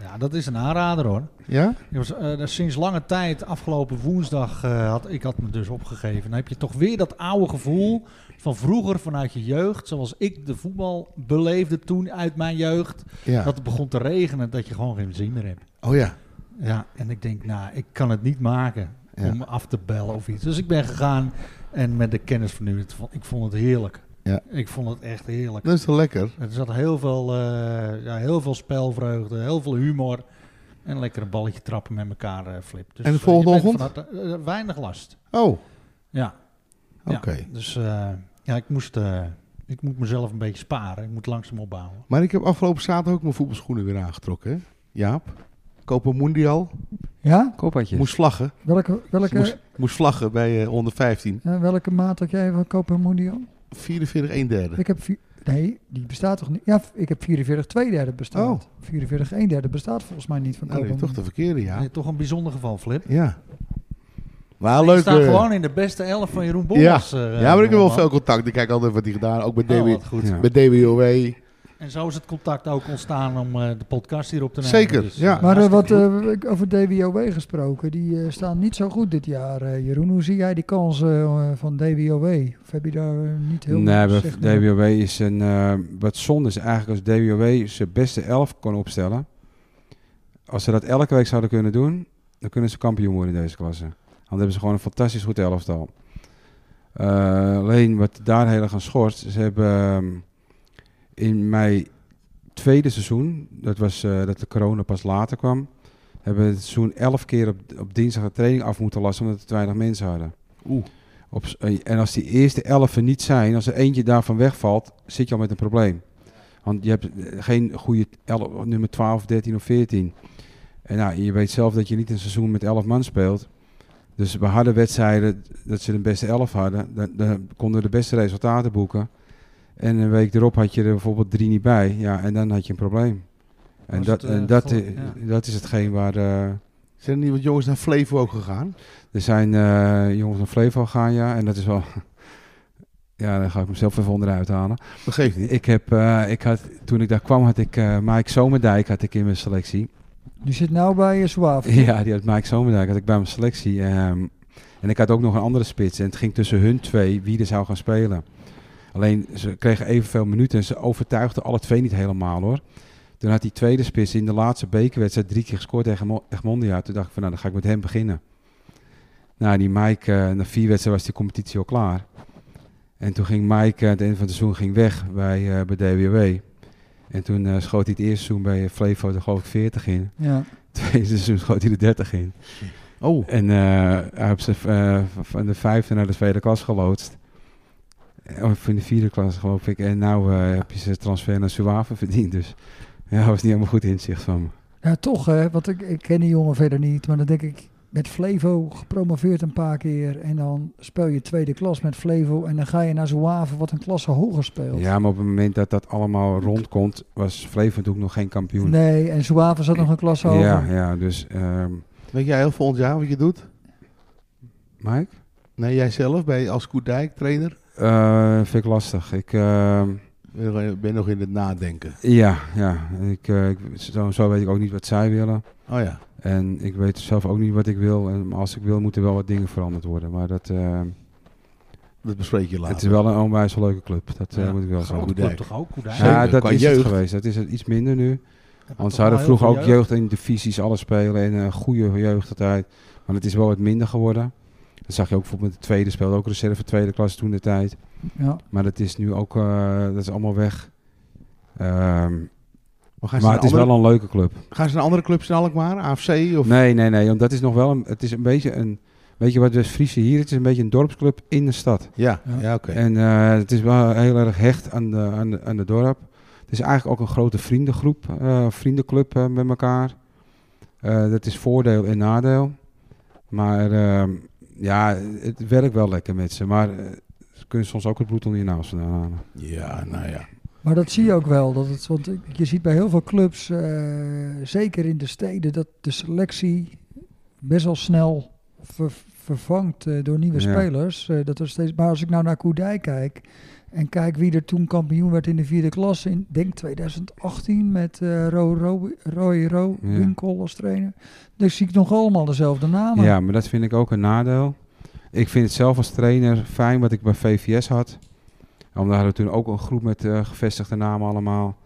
Ja, dat is een aanrader hoor. Ja? Ik was, eh, sinds lange tijd, afgelopen woensdag, eh, had ik had me dus opgegeven. Dan heb je toch weer dat oude gevoel van vroeger vanuit je jeugd. Zoals ik de voetbal beleefde toen uit mijn jeugd. Ja. Dat het begon te regenen, dat je gewoon geen zin meer hebt. Oh ja. Ja, en ik denk, nou, ik kan het niet maken Ja. om af te bellen of iets. Dus ik ben gegaan en met de kennis van nu, het vo- ik vond het heerlijk. Ja. Ik vond het echt heerlijk. Dat is toch lekker? Er zat heel veel, eh, ja, heel veel spelvreugde, heel veel humor. En lekker een balletje trappen met elkaar, eh, Flip. Dus, En de eh, volgende je bent ochtend? van harte- eh, weinig last. Oh, Ja. oké. ja. Dus eh, ja, ik moest... eh, ik moet mezelf een beetje sparen. Ik moet langzaam opbouwen. Maar ik heb afgelopen zaterdag ook mijn voetbalschoenen weer aangetrokken. Hè? Jaap. Kopen Mundial. Ja? Koppertjes. Moest vlaggen. Welke, welke, Moest, moest vlaggen bij eh 115. eh, welke maat had jij van Kopen Mundial? 44, 1 derde. Ik heb vier, nee, die bestaat toch niet? Ja, ik heb 44 2 derde bestaat. Oh. 44 1 derde bestaat volgens mij niet van Nou, dat Kopen is toch de verkeerde, Ja. ja. toch een bijzonder geval, Flip. Ja. Maar Je leuk. staat eh, gewoon in de beste elf van Jeroen ja. Bommers. eh, ja, maar ik heb wel jongeman. veel contact. Ik kijk altijd wat hij gedaan. Ook met, Oh, DW, wat goed. Ja. met DWOW. En zo is het contact ook ontstaan om eh, de podcast hier op te nemen. Zeker, Dus, ja. Ah, eh, Maar eh, wat hartstikke goed. eh, ik- over DWOW gesproken, die eh, staan niet zo goed dit jaar. eh, Jeroen, hoe zie jij die kansen eh, van DWOW? Of heb je daar eh, niet heel Nee, we- gezicht op? DWOW is een... eh, wat zonde is eigenlijk als DWOW zijn beste elf kon opstellen. Als ze dat elke week zouden kunnen doen, dan kunnen ze kampioen worden in deze klasse. Want Dan hebben ze gewoon een fantastisch goed elftal. Eh, alleen wat daar heel erg aan schort, ze hebben ehm, in mijn tweede seizoen, dat was eh, dat de corona pas later kwam, hebben we het seizoen elf keer op, op dinsdag de training af moeten lassen omdat we te weinig mensen hadden. Oeh. Op, s- eh, en als die eerste elfen niet zijn, als er eentje daarvan wegvalt, zit je al met een probleem. Want je hebt eh, geen goede elf, nummer 12, 13 of 14. En nou, je weet zelf dat je niet een seizoen met 11 man speelt. Dus bij harde wedstrijden, dat ze de beste 11 hadden, dan, dan konden we de beste resultaten boeken. En een week erop had je er bijvoorbeeld drie niet bij. Ja, en dan had je een probleem. En, Was dat, het, eh, en dat, vol- i- ja. dat is hetgeen waar... eh, Zijn er niet wat jongens naar Flevo ook gegaan? er zijn eh, jongens naar Flevo gaan, ja. En dat is wel... Ja, daar ga ik mezelf even onderuit halen. Dat geeft niet. Ik heb, eh, ik had, toen ik daar kwam, had ik eh, Mike Zomerdijk had ik in mijn selectie. Die zit nou bij uh, Zwaaf. Ja, die had Mike Zomerdijk had ik bij mijn selectie. ehm. en ik had ook nog een andere spits. En het ging tussen hun twee wie er zou gaan spelen. Alleen, ze kregen evenveel minuten en ze overtuigden alle twee niet helemaal, hoor. Toen had die tweede spits in de laatste bekerwedstrijd drie keer gescoord tegen Mo- Egmondia. Toen dacht ik van, nou, dan ga ik met hem beginnen. Nou, die Mike, eh, na vier wedstrijden was die competitie al klaar. En toen ging Mike eh, aan het einde van het seizoen ging weg bij, eh, bij DWW. En toen eh, schoot hij het eerste seizoen bij Flevo er geloof ik 40 in. Ja. Tweede seizoen schoot hij de 30 in. Oh, En eh, hij heeft ze eh, van de vijfde naar de tweede klas geloodst. Eh, Of in de vierde klas geloof ik. En nou eh, heb je zijn transfer naar Suave verdiend. Dus ja, dat was niet helemaal goed inzicht van me. Ja, toch, hè, want ik, ik ken die jongen verder niet. Maar dan denk ik, met Flevo gepromoveerd een paar keer. En dan speel je tweede klas met Flevo. En dan ga je naar Zouave, wat een klasse hoger speelt. Ja, maar op het moment dat dat allemaal rondkomt, was Flevo natuurlijk nog geen kampioen. Nee, en Zouave zat nog een klasse hoger. ja, ja, dus ehm, weet jij heel volgend jaar wat je doet? Mike? Nee, jij zelf bij als Koedijk trainer? Eh, vind ik lastig. Ik, ehm, Ben je nog- ben je nog in het nadenken? ja, ja. Ik, eh, ik, zo, zo weet ik ook niet wat zij willen. Oh ja. En ik weet zelf ook niet wat ik wil. En als ik wil, moeten wel wat dingen veranderd worden. Maar dat, eh, Dat bespreek je later. het is wel een onwijs leuke club. Dat eh, Ja, moet ik wel Grote zeggen. goed. club Koedijk. toch ook? Koedijk? Zeker, Ja, dat qua is het jeugd. geweest. Dat is het iets minder nu. Hebben Want toch ze wel hadden heel vroeger ook veel jeugd. in divisies alles spelen en een goede jeugd altijd. Maar het is wel wat minder geworden. Dat zag je ook bijvoorbeeld met de tweede speelde ook reserve tweede klas toen de tijd. Ja. Maar dat is nu ook, eh, dat is allemaal weg. Ehm, Maar gaan, ze naar maar het is andere, wel een leuke club. gaan ze naar andere clubs in Alkmaar? AFC? Of, Nee, nee, nee. Want dat is nog wel een, het is een beetje een, weet je wat West Friese hier, het is een beetje een dorpsclub in de stad. Ja, Ja. ja. oké. En eh, het is wel heel erg hecht aan de, aan de, aan de dorp. Het is eigenlijk ook een grote vriendengroep, eh, vriendenclub eh, met elkaar. Eh, dat is voordeel en nadeel. Maar ehm, ja, het werkt wel lekker met ze. Maar eh, ze kunnen soms ook het bloed onder je naels vandaan halen. Ja, nou ja. Maar dat zie je ook wel. Dat het, want ik- je ziet bij heel veel clubs, eh, zeker in de steden, dat de selectie best wel snel ver- vervangt eh, door nieuwe Ja. spelers. Eh, dat er steeds, maar als ik nou naar Koedijk kijk en kijk wie er toen kampioen werd in de vierde klas, in denk 2018 met eh Ro, Ro, Roy Ro, Ja. Winkel als trainer. Dan zie ik nog allemaal dezelfde namen. Ja, maar dat vind ik ook een nadeel. Ik vind het zelf als trainer fijn wat ik bij VVS had. Omdat hadden we toen ook een groep met eh, gevestigde namen allemaal.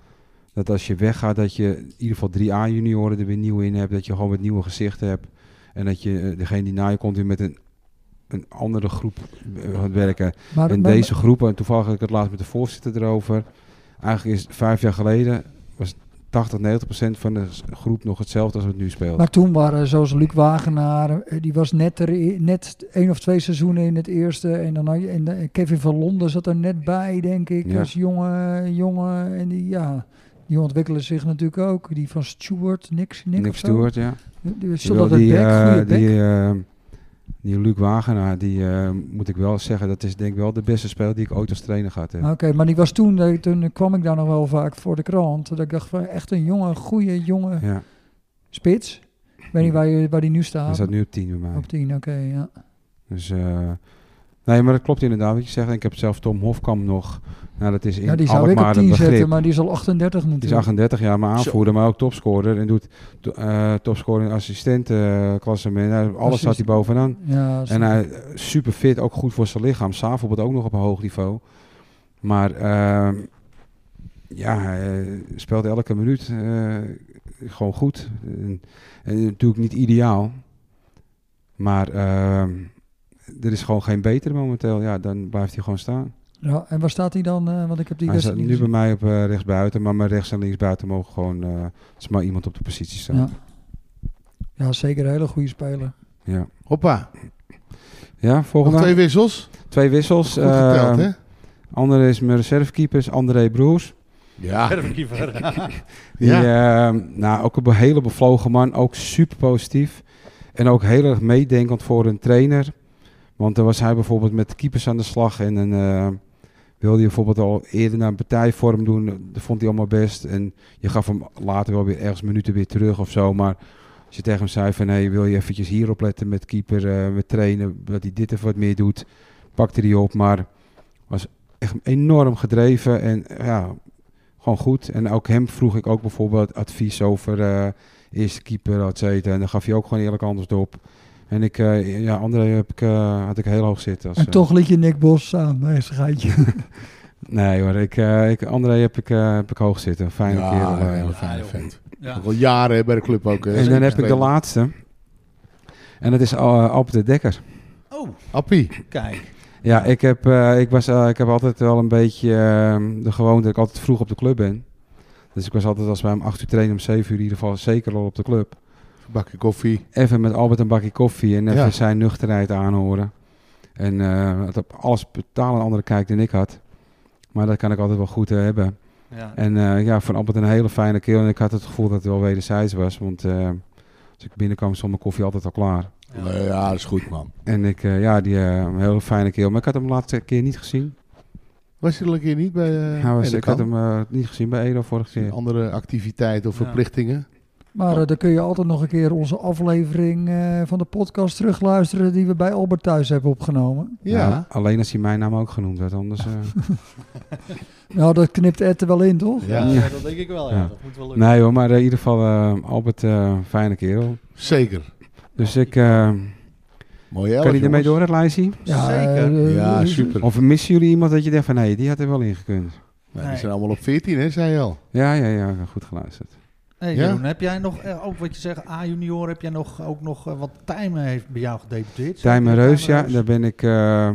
Dat als je weggaat, dat je in ieder geval drie A-junioren er weer nieuw in hebt. Dat je gewoon met nieuwe gezichten hebt. En dat je eh, degene die na je komt weer met een, een andere groep eh, gaat werken. maar, En maar- deze groep, en toevallig had ik het laatst met de voorzitter erover. Eigenlijk is het vijf jaar geleden was 80, 90 procent van de s- groep nog hetzelfde als we het nu speelt. Maar toen waren zoals Luc Wagenaar, eh, die was net, er, net één of twee seizoenen in het eerste. En, dan had je, en eh, Kevin van Londen zat er net bij, denk ik, Ja. als jonge jongen. En die, ja, die ontwikkelen zich natuurlijk ook. Die van Stewart, niks, niks. Nick Stewart, ja. Wel, Zodat het die, back, eh, goede die, back. eh, die Luc Wagenaar, die eh, moet ik wel zeggen, dat is denk ik wel de beste speler die ik ooit als trainer gehad heb. Oké, maar die was toen, eh, toen kwam ik daar nog wel vaak voor de krant. Dat ik dacht, van, echt een jonge, goede, jonge Ja, spits. Ik weet niet waar, je, waar die nu hij staat. staat nu op 10 bij mij. Op tien, oké, ja. Dus, eh, nee, maar dat klopt inderdaad wat je zegt. En Ik heb zelf Tom Hofkamp nog. Nou, dat is in Ja, die zou ik op Alkmaar een tien begrip. zetten, maar die is al 38 Die is natuurlijk. 38 jaar, maar aanvoerder, maar ook topscorer. En doet to- eh, topscorer in assistentenklassement. Nou, alles staat hij Assist- bovenaan. Ja, En hij eh, super fit, ook goed voor zijn lichaam. S'avonds ook nog op een hoog niveau. Maar ehm, ja, hij eh, speelt elke minuut eh, gewoon goed. En, en natuurlijk niet ideaal. Maar ehm, er is gewoon geen beter momenteel. Ja, dan blijft hij gewoon staan. Ja, en waar staat hij dan? eh, want ik heb die Hij staat wedstrijd nu niet bij gezien. mij op eh, rechtsbuiten. Maar mijn rechts en linksbuiten mogen gewoon... eh als maar iemand op de positie staan. Ja. Ja. ja, zeker een hele goede speler. ja. Hoppa. Nog volgende. twee Twee, wissels. wissels. Goed geteld, Ehm, hè? Andere is mijn reservekeepers, André Broers. Ja. Reservekeeper. Die, eh, nou, ook een be- hele bevlogen man. Ook super positief. En ook heel erg meedenkend voor een trainer. Want dan was hij bijvoorbeeld met de keepers aan de slag. En dan eh, wilde hij bijvoorbeeld al eerder naar een partijvorm doen. Dat vond hij allemaal best. En je gaf hem later wel weer ergens minuten weer terug of zo. Maar als je tegen hem zei van... Hey, wil je eventjes hierop letten met keeper, eh, met trainen. Dat hij dit even wat meer doet. Pakte hij op. Maar was echt enorm gedreven. En eh, ja, gewoon goed. En ook hem vroeg ik ook bijvoorbeeld advies over eh, eerste keeper, et cetera. En dan gaf hij ook gewoon eerlijk antwoord op. En ik, eh, ja, André heb ik, eh, had ik heel hoog zitten. Als, en eh, toch liet je Nick Bos staan bij een schijtje. Nee hoor, ik, eh, ik, André heb ik, eh, heb ik hoog zitten. Fijne ja, kerel. eh. heel fijne vent. Ja. Nog al jaren hè, bij de club ook. hè. en dan heb ik de Speler. laatste. En dat is eh, Alp de Dekker. Oh, Appie. kijk. Ja, ik heb, eh, ik, was, eh, ik heb altijd wel een beetje eh, de gewoonte dat ik altijd vroeg op de club ben. Dus ik was altijd als wij om 8 uur trainen, om 7 uur in ieder geval zeker al op de club. Bakje koffie. Even met Albert een bakje koffie en even Ja. zijn nuchterheid aanhoren. En eh, dat op alles totaal een andere kijk dan ik had. Maar dat kan ik altijd wel goed eh, hebben. Ja. En eh, ja, van Albert een hele fijne keel. En ik had het gevoel dat het wel wederzijds was. Want eh, als ik binnenkwam, stond mijn koffie altijd al klaar. Ja, ja dat is goed, man. En ik, eh, ja, die eh, een hele fijne keel. Maar ik had hem de laatste keer niet gezien. Was je er een keer niet bij? eh Hij nee, was- dat ik had kan. hem eh, niet gezien bij Edo vorige keer. Andere activiteiten of Ja. verplichtingen. Maar eh, dan kun je altijd nog een keer onze aflevering eh, van de podcast terugluisteren die we bij Albert thuis hebben opgenomen. Ja. Nou, alleen als hij mijn naam ook genoemd werd, anders... eh, Nou, dat knipt Ed er wel in, toch? Ja. Ja, dat denk ik wel. Ja. Ja. Dat moet wel lukken. nee hoor, maar eh, in ieder geval eh, Albert, eh, fijne kerel. Zeker. Dus ik... eh, Mooi elf, kan hij ermee jongens. door het lijstje? Zeker. eh, Ja, eh, super. Of missen jullie iemand dat je denkt van, nee, die had er wel ingekund. Nou, Nee. Die zijn allemaal op 14, hè, zei je al. Ja, ja, ja, goed geluisterd. Hey, Ja? Jeroen, heb jij nog, eh, ook wat je zegt, A-junior, heb jij nog, ook nog eh, wat Tijmen heeft bij jou gedebuteerd? Tijmen Reus, ja, Ja. daar ben ik eh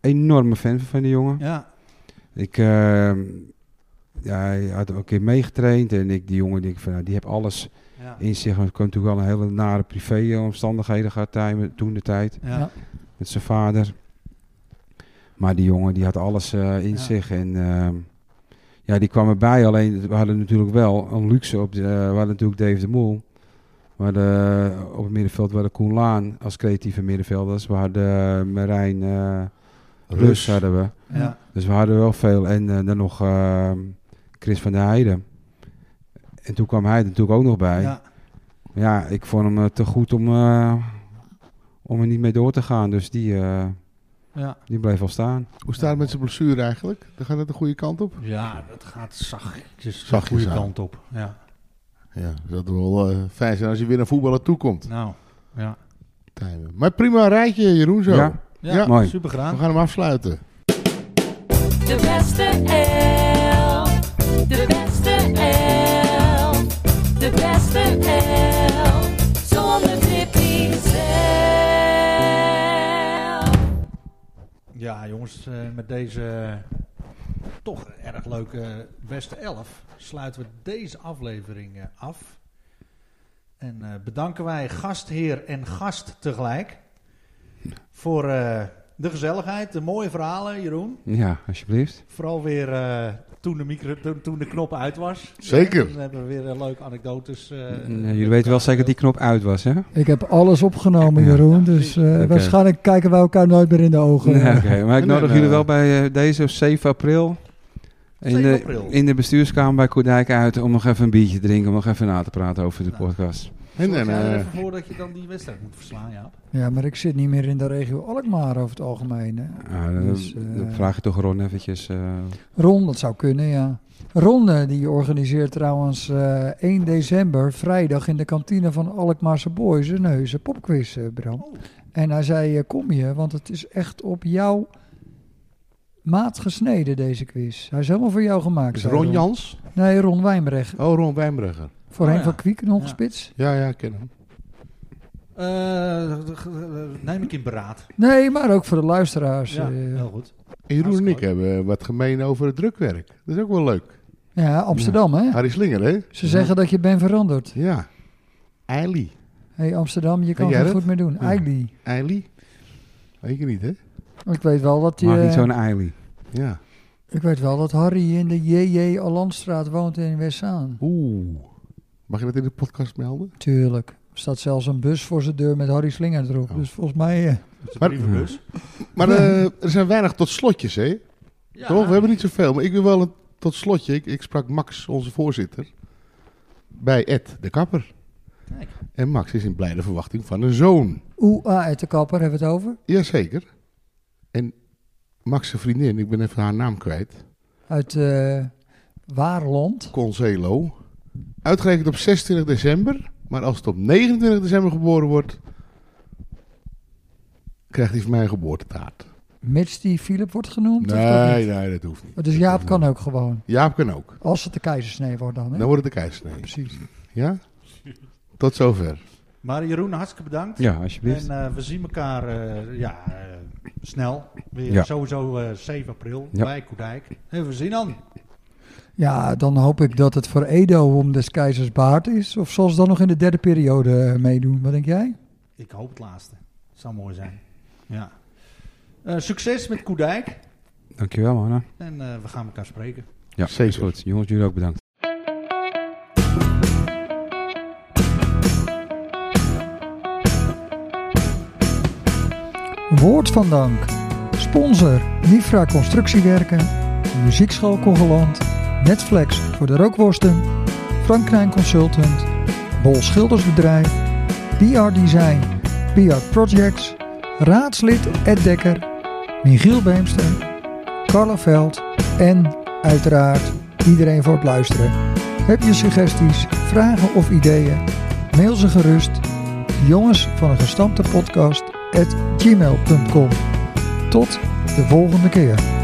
enorme fan van die jongen. ja. Ik, eh, ja, hij had ook een keer meegetraind en ik, die jongen, die, ik van, nou, die heb alles ja. in zich. Want ik heb natuurlijk wel een hele nare privéomstandigheden gehad tijdens- toen de tijd Ja. met zijn vader. Maar die jongen die had alles eh, in Ja. zich en ehm, ja, die kwam erbij. Alleen we hadden natuurlijk wel een luxe op de, eh, we hadden natuurlijk Dave de Moel. We hadden, eh, op het middenveld we hadden Koen Laan als creatieve middenvelders. We hadden Marijn eh Rus Rus. hadden we. Ja. Dus we hadden wel veel. En eh, dan nog eh, Chris van der Heijden. En toen kwam hij er natuurlijk ook nog bij. Ja, Ja. ik vond hem eh, te goed om, eh, om er niet mee door te gaan. Dus die, eh, Ja. die bleef al staan. Hoe staat het met zijn blessure eigenlijk? Dan gaat het de goede kant op? Ja, dat gaat zachtjes de Zachtjes goede aan. kant op. Ja. Ja, dat wil wel eh, fijn zijn als je weer naar voetballen toekomt. Nou, ja. Tijmen. Maar prima rijtje, Jeroen, zo. Ja, Ja, Ja. Mooi. super We gedaan. gaan hem afsluiten. De beste L. De beste L. De beste L. Zonder Tippy zelf. Ja, jongens, eh, met deze toch erg leuke beste elf sluiten we deze aflevering eh, af. En eh, bedanken wij gastheer en gast tegelijk voor eh, de gezelligheid, de mooie verhalen, Jeroen. ja alsjeblieft. Vooral weer eh, toen, de micro, toen, toen de knop uit was. Zeker. Dan hebben we weer eh, leuke anekdotes. eh, Eh, jullie weten wel zeker dat die knop uit was, hè? Ik heb alles opgenomen, Ja. Jeroen. Dus eh, Oké. waarschijnlijk kijken wij elkaar nooit meer in de ogen. Nee, oké. Maar ik Nee, nodig nee. jullie wel bij eh, deze 7 april. In 7 de, april. in de bestuurskamer bij Koerdijk uit om nog even een biertje te drinken, om nog even na te praten over de Nou. podcast. En, Zorg en, jij er eh, even voor dat je dan die wedstrijd moet verslaan, ja. Ja, maar ik zit niet meer in de regio Alkmaar over het algemeen. Hè. Nou, dan, Dus, eh, dan vraag je toch Ron eventjes. eh, Ron, dat zou kunnen, ja. Ron eh, die organiseert trouwens eh, 1 december, vrijdag, in de kantine van Alkmaarse Boys een heuse popquiz, eh, Bram. Oh. En hij zei, eh, kom je, want het is echt op jouw maat gesneden, deze quiz. Hij is helemaal voor jou gemaakt. is zei Ron Jans? Nee, Ron Wijnbrecht. Oh, Ron Wijnbrugger. Voorheen Oh ja. van Kwiek, nog Ja. spits. Ja, ja, ik ken hem. Eh, g- g- eh, neem ik in beraad. Nee, maar ook voor de luisteraars. Ja, eh, heel goed. En Jeroen en ik Hartstikke hebben wat gemeen over het drukwerk. Dat is ook wel leuk. ja, Amsterdam, hè? Harry Slinger, hè? Ze zeggen dat je bent veranderd. Ja. Eili. Hé, hey, Amsterdam, je kan jij het dat? goed meer doen. Ja. Eigenlijk. Eili? Weet je niet, hè? Ik weet wel dat je... Maak niet zo'n eilie. Ja. Ik weet wel dat Harry in de J.J. Alandstraat woont in Westzaan. Oeh. Mag je dat in de podcast melden? Tuurlijk. Er staat zelfs een bus voor zijn deur met Harry Slinger erop. Oh. Dus volgens mij... eh, Dat is Maar- een brievenbus. Maar eh, er zijn weinig tot slotjes, hè? Ja. Toch? We hebben niet zoveel. Maar ik wil wel een tot slotje. Ik, ik sprak Max, onze voorzitter, bij Ed de Kapper. Kijk. En Max is in blijde verwachting van een zoon. Oeh, ah, uit de kapper, hebben we het over? Jazeker. En Max' zijn vriendin, ik ben even haar naam kwijt, Uit eh Waarland. Concelo. Uitgerekend op 26 december. Maar als het op 29 december geboren wordt, krijgt hij van mij een geboortetaart. Mits die Philip wordt genoemd. of dat Nee, niet? nee, dat hoeft niet. Dus Jaap kan ook gewoon. Jaap kan ook. Als het de keizersnee wordt dan. Hè? Dan wordt het de keizersnee. Precies. Ja? Tot zover. Maar Jeroen, hartstikke bedankt. Ja, En alsjeblieft. eh, we zien elkaar eh, ja, eh, snel. Weer Ja. sowieso eh 7 april Ja. bij Koedijk. En we zien dan. Ja, dan hoop ik dat het voor Edo om des keizers baard is. Of zal ze dan nog in de derde periode eh, meedoen? Wat denk jij? Ik hoop het laatste. Zou mooi zijn. Ja. Eh, succes met Koedijk. Dankjewel, Anna. En eh, we gaan elkaar spreken. Ja, Zeker. is goed. Jongens, jullie ook bedankt. Woord van dank. Sponsor Nifra Constructiewerken, Muziekschool Congoland, Netflix voor de rookworsten, Frank Knijn Consultant, Bol Schildersbedrijf, PR Design, PR Projects, raadslid Ed Dekker, Michiel Beemster, Carla Veld en uiteraard iedereen voor het luisteren. Heb je suggesties, vragen of ideeën? Mail ze gerust jongens van een gestampte podcast at gmail.com. Tot de volgende keer.